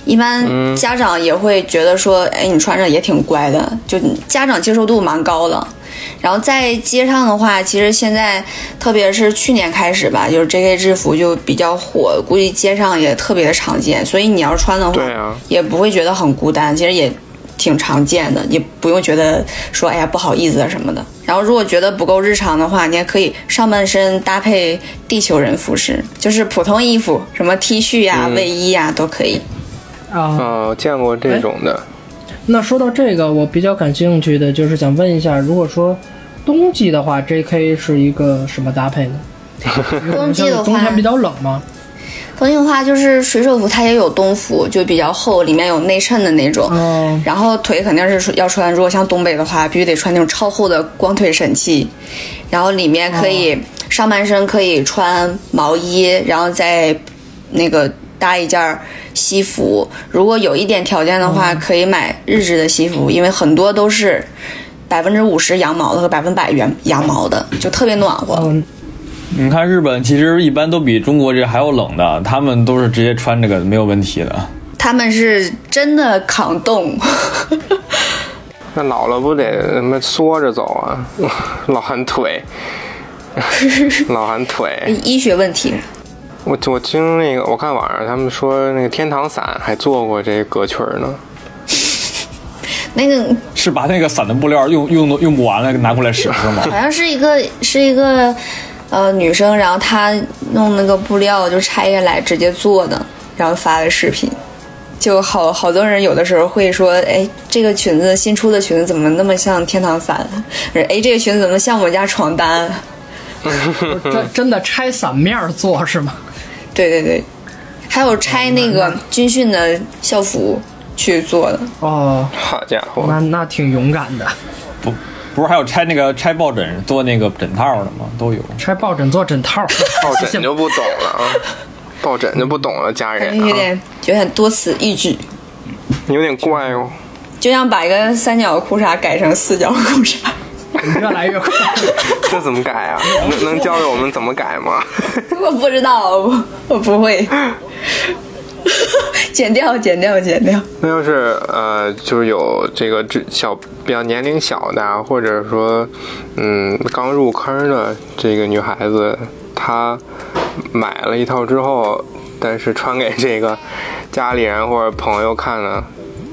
一般
嗯
家长也会觉得说，哎，你穿着也挺乖的，就你家长接受度蛮高的。然后在街上的话，其实现在特别是去年开始吧，就是 JK 制服就比较火，估计街上也特别的常见，所以你要穿的话，
对啊
也不会觉得很孤单，其实也挺常见的，也不用觉得说哎呀不好意思啊什么的。然后如果觉得不够日常的话，你还可以上半身搭配地球人服饰，就是普通衣服，什么 T 恤呀、
嗯
卫衣呀、都可以。
啊，
啊、我见过这种的，
那说到这个，我比较感兴趣的就是想问一下，如果说冬季的话，J.K. 是一个什么搭 配呢？
冬季的
冬
话
天，比较冷吗？
冬季的话就是水手服，它也有冬服，就比较厚，里面有内衬的那种。
嗯，
然后腿肯定是说要穿，如果像东北的话，必须得穿那种超厚的光腿神器，然后里面可以、上半身可以穿毛衣，然后再那个搭一件儿西服。如果有一点条件的话，可以买日制的西服，因为很多都是百分之五十羊毛的和百分百原羊毛的，就特别暖和。
嗯，
你看日本其实一般都比中国这还要冷的，他们都是直接穿这个没有问题的。
他们是真的抗冻。
那老了不得他妈缩着走啊， 老寒腿，老寒腿。
医学问题，
我我听那个，我看网上他们说那个天堂伞还做过这歌曲儿呢。
那个
是把那个伞的布料用用都用不完了，拿过来使是吗？
好像是一个是一个呃女生，然后她弄那个布料就拆下来直接做的，然后发的视频，就好好多人有的时候会说，哎，这个裙子新出的裙子怎么那么像天堂伞？或者哎， 这个裙子怎么像我们家床单？
真真的拆伞面儿做是吗？
对对对，还有拆那个军训的校服去做的。
哦，
好家伙，
那那挺勇敢的，
不，不是还有拆那个拆抱枕做那个枕套的吗？都有。
拆抱枕做枕套，
抱枕就不懂了啊，抱枕就不懂了，家人
有
啊，
点有点多此一举，
有点怪哦。
就像把一个三角裤衩改成四角裤衩。
越来越快。
这怎么改啊？能能教给我们怎么改吗？
我不知道，我我不会。 剪掉，剪掉，剪掉。
那要是呃，就是有这个这小比较年龄小的啊，或者说嗯刚入坑的这个女孩子，她买了一套之后，但是穿给这个家里人或者朋友看了，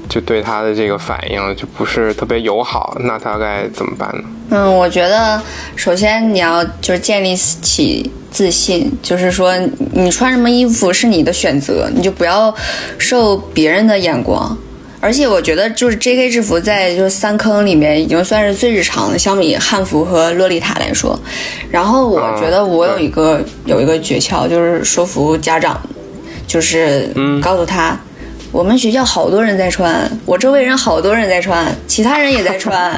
就对她的这个反应就不是特别友好，那她该怎么办呢？
嗯，我觉得首先你要就是建立起自信，就是说你穿什么衣服是你的选择，你就不要受别人的眼光。而且我觉得就是 J.K. 制服在就是三坑里面已经算是最日常的，相比汉服和洛丽塔来说。然后我觉得我有一个有一个诀窍，就是说服家长，就是告诉他。我们学校好多人在穿，我周围人好多人在穿，其他人也在穿，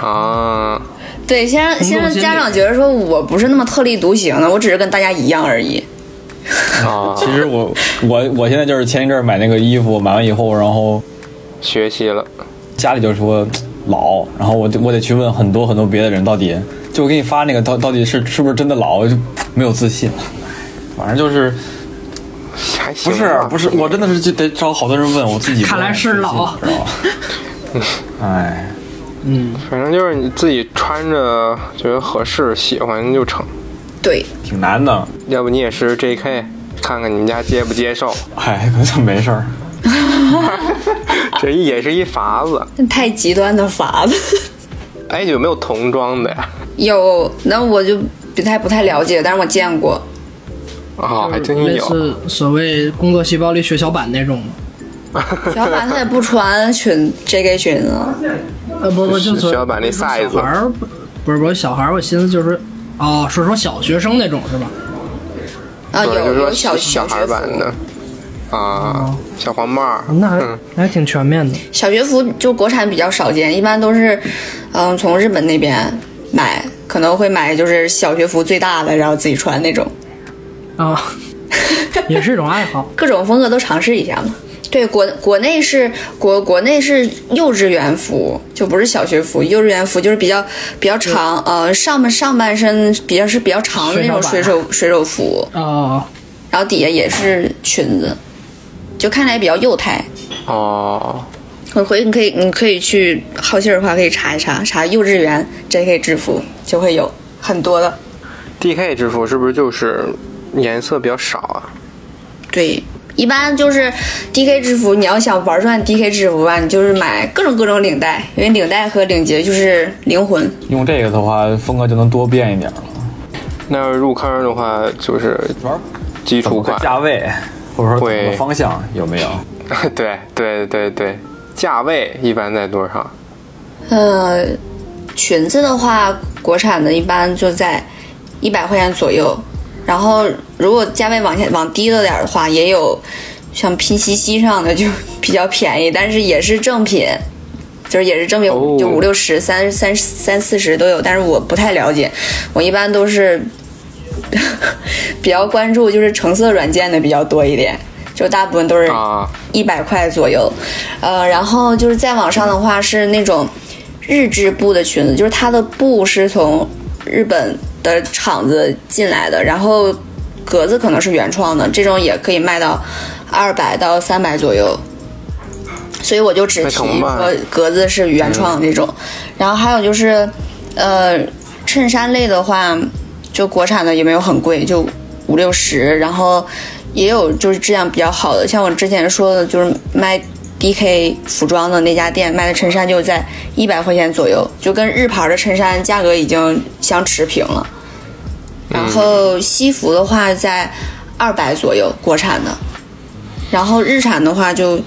啊，
对，先让先让
心
家
理
长觉得说我不是那么特立独行的，我只是跟大家一样而已。
啊，
其实我我我现在就是前一阵儿买那个衣服，买完以后，然后
学习了。
家里就说老，然后我得我得去问很多很多别的人到底就我给你发那个到到底是是不是真的老，我就没有自信了。反正就是
还行
不是
吧
不是，我真的是就得找好多人问我自己。
看来是老
知道吧？ 哎，
反正就是你自己穿着觉得合适、喜欢就成。
对，
挺难的。
要不你也试试 JK，看看你们家接不接 受，
哎，那没事儿。
这也是一法子。
太极端的法子。
哎，有没有童装的呀？
有，那我就不太不太了解，但是我见过。
哦，还真
类
有。
似所谓工作细胞里血小板那种，
小板他也不穿裙 JK 裙啊，
呃，不不，
血
就所谓
小板那
小
size
孩儿不不是不是小孩儿，我寻思就是，哦，是说小学生那种是吧？
啊
不
有
是就是
有
说
小
小孩
学服
版的啊，
哦
小黄帽儿。
那还、
嗯
还挺全面的。
小学服就国产比较少见，一般都是，嗯，从日本那边买，可能会买就是小学服最大的，然后自己穿那种，
啊，也是一种爱好。
各种风格都尝试一下嘛。对，国国内是国国内是幼稚园服，就不是小学服，幼稚园服就是比较比较长，呃，上半上半身比较是比较长的那种
水
水
手
手啊水手服，
哦，
然后底下也是裙子，就看起来比较幼态。
哦，
我回你可以你可以去好奇儿的话可以查一查，查幼稚园 JK 制服就会有很多的。
D K 制服是不是就是颜色比较少啊？
对，一般就是 DK 制服，你要想玩转 DK 制服吧，你就是买各种各种领带，因为领带和领结就是灵魂。
用这个的话，风格就能多变一点了。
那要是入坑的话，就是
玩
基础款。
价位，或者说
会
整个方向有没有？
对对对对，价位一般在多少？
呃，裙子的话，国产的一般就在一百块钱左右，然后如果价位往下往低了点儿的话，也有像拼夕夕上的就比较便宜，但是也是正品，就是也是正品，
哦
就五六十、三三三四十都有，但是我不太了解，我一般都是比较关注就是橙色软件的比较多一点，就大部分都是
啊，
一百块左右，呃，然后就是再往上的话是那种日制布的裙子，就是它的布是从日本的厂子进来的，然后格子可能是原创的，这种也可以卖到二百到三百左右。所以我就只
那
提
成吧
说格子是原创的这种，然后还有就是，呃，衬衫类的话，就国产的也没有很贵，就五六十，然后也有就是质量比较好的，像我之前说的，就是卖 DK 服装的那家店卖的衬衫就在一百块钱左右，就跟日牌的衬衫价格已经相持平了。然后西服的话在二百左右，国产的，然后日产的话就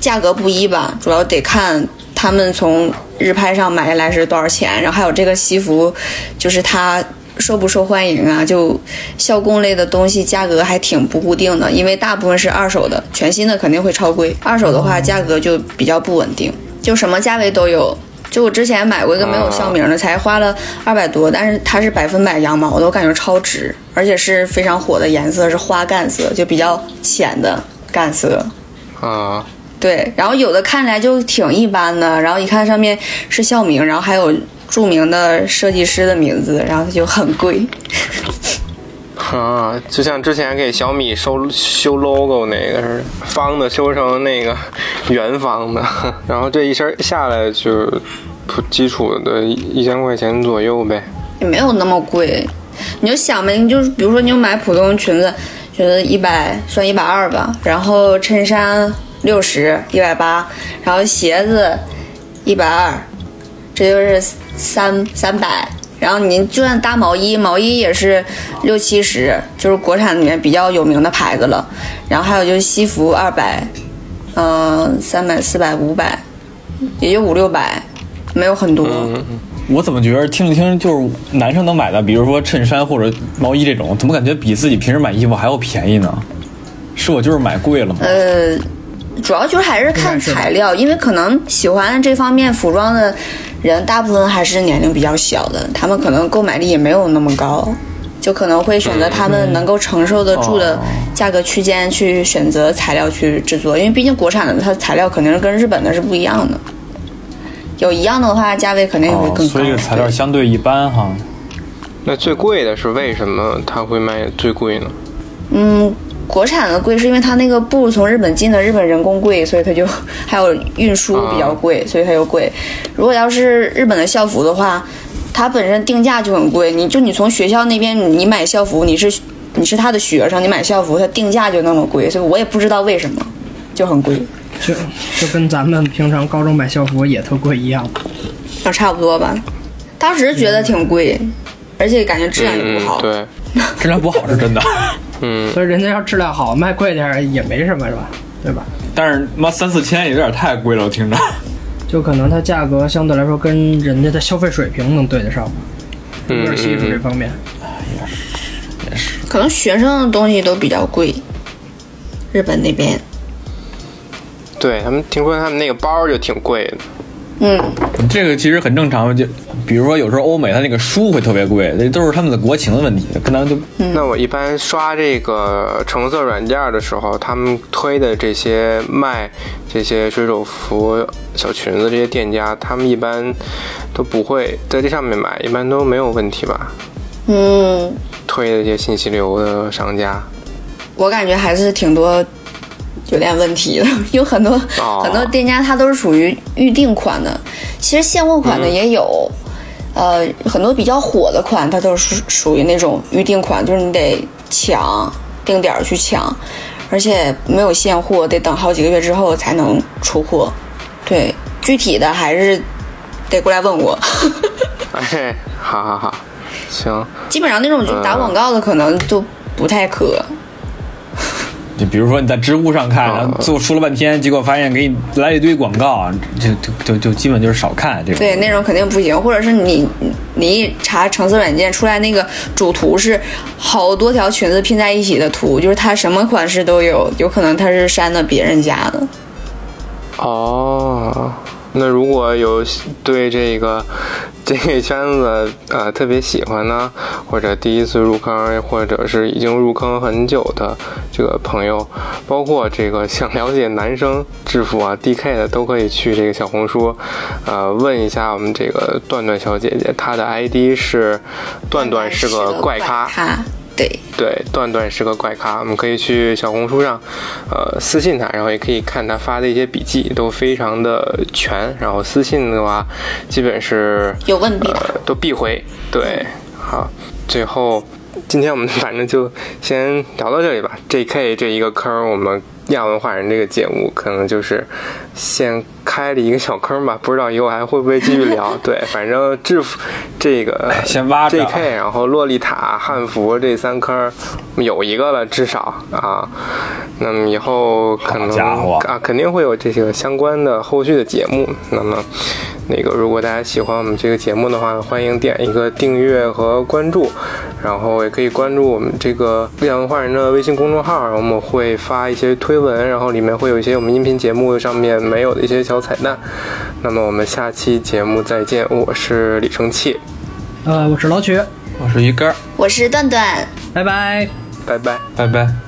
价格不一吧，主要得看他们从日拍上买下来是多少钱，然后还有这个西服，就是它受不受欢迎啊，就校供类的东西价格还挺不固定的，因为大部分是二手的，全新的肯定会超贵，二手的话价格就比较不稳定，就什么价位都有。就我之前买过一个没有校名的，才花了二百多，但是它是百分百羊毛的，我感觉超值，而且是非常火的颜色，是花干色，就比较浅的干色。
啊，
对，然后有的看起来就挺一般的，然后一看上面是校名，然后还有著名的设计师的名字，然后就很贵。
啊，就像之前给小米收修 logo 那个似的，方的修成那个圆方的， 然后这一身下来就普基础的一千块钱左右呗。
也没有那么贵。你就想呗，你就是比如说你就买普通裙子，裙子一百算一百二吧，然后衬衫六十一百八，然后鞋子一百二，这就是三三百。然后您就算搭毛衣，毛衣也是六七十，就是国产里面比较有名的牌子了。然后还有就是西服二百，嗯，三百、四百、五百，也就五六百，没有很多。
我怎么觉得听着听着就是男生能买的，比如说衬衫或者毛衣这种，怎么感觉比自己平时买衣服还要便宜呢？是我就是买贵了吗？
呃，主要就是还是看材料，因为可能喜欢这方面服装的人，大部分还是年龄比较小的，他们可能购买力也没有那么高，就可能会选择他
嗯
们能够承受得住
哦
的价格区间去选择材料去制作，因为毕竟国产的它材料肯定是跟日本的是不一样的。有一样的话，价位肯定也会
哦，
更高。
所以这个材料相对一般哈。
那最贵的是为什么它会卖最贵呢？
嗯，国产的贵是因为它那个布从日本进的，日本人工贵，所以它就还有运输比较贵，所以它就贵。如果要是日本的校服的话，它本身定价就很贵，你就你从学校那边你买校服，你是你是他的学生，你买校服它定价就那么贵，所以我也不知道为什么就很贵，
就就跟咱们平常高中买校服也特贵一样。
那差不多吧。当时觉得挺贵，而且感觉质量也
嗯
不好。，
对，
质量不好是真的，
嗯，
所以人家要质量好，卖贵点儿也没什么，是吧？对吧？
但是妈三四千也有点太贵了，我听着。
就可能它价格相对来说跟人家的消费水平能对得上，有点稀疏这方面。
可能学生的东西都比较贵，日本那边。
对他们听说他们那个包就挺贵的，
嗯，
这个其实很正常，就比如说有时候欧美它那个书会特别贵，这都是他们的国情的问题，跟咱就
那我一般刷这个橙色软件的时候，他们推的这些卖这些水手服、小裙子这些店家，他们一般都不会在这上面买，一般都没有问题吧？
嗯，
推的这些信息流的商家，
我感觉还是挺多有点问题的， 有很多、
哦
很多店家它都是属于预定款的，其实现货款的也有，呃，很多比较火的款它都是属属于那种预定款，就是你得抢定点儿去抢，而且没有现货，得等好几个月之后才能出货。对，具体的还是得过来问我。
哎，好好好，行，
基本上那种就打广告的可能就不太可。
就比如说你在知乎上看，然后最后说了半天，结果发现给你来一堆广告，就就就就基本就是少看这种。
对，那种肯定不行，或者是你你一查橙色软件出来那个主图是好多条裙子拼在一起的图，就是它什么款式都有，有可能它是删的别人家的。
哦，那如果有对这个 这个圈子呃特别喜欢呢，或者第一次入坑，或者是已经入坑很久的这个朋友，包括这个想了解男生制服啊 DK 的，都可以去这个小红书，呃，问一下我们这个段段小姐姐，她的 ID 是段段是个怪咖。
咖，对，
对，段段是个怪咖，我们可以去小红书上，呃，私信他，然后也可以看他发的一些笔记，都非常的全。然后私信的话，基本是
有问必答
呃，都必回。对，好，最后今天我们反正就先聊到这里吧。J.K. 这一个坑，我们亚文化人这个节目可能就是先开了一个小坑吧，不知道以后还会不会继续聊。对，反正制服这个
哎先挖着啊
J.K. 然后洛丽塔、汉服这三坑儿有一个了，至少啊，那么以后可能
好家伙
啊，肯定会有这个相关的后续的节目。那么，那个如果大家喜欢我们这个节目的话，欢迎点一个订阅和关注，然后也可以关注我们这个不良文化人的微信公众号，然后我们会发一些推文，然后里面会有一些我们音频节目上面没有的一些小彩蛋。那么我们下期节目再见，我是李生气，
呃，我是老曲，
我是鱼竿儿，
我是段段。
拜拜。
拜拜。
拜拜。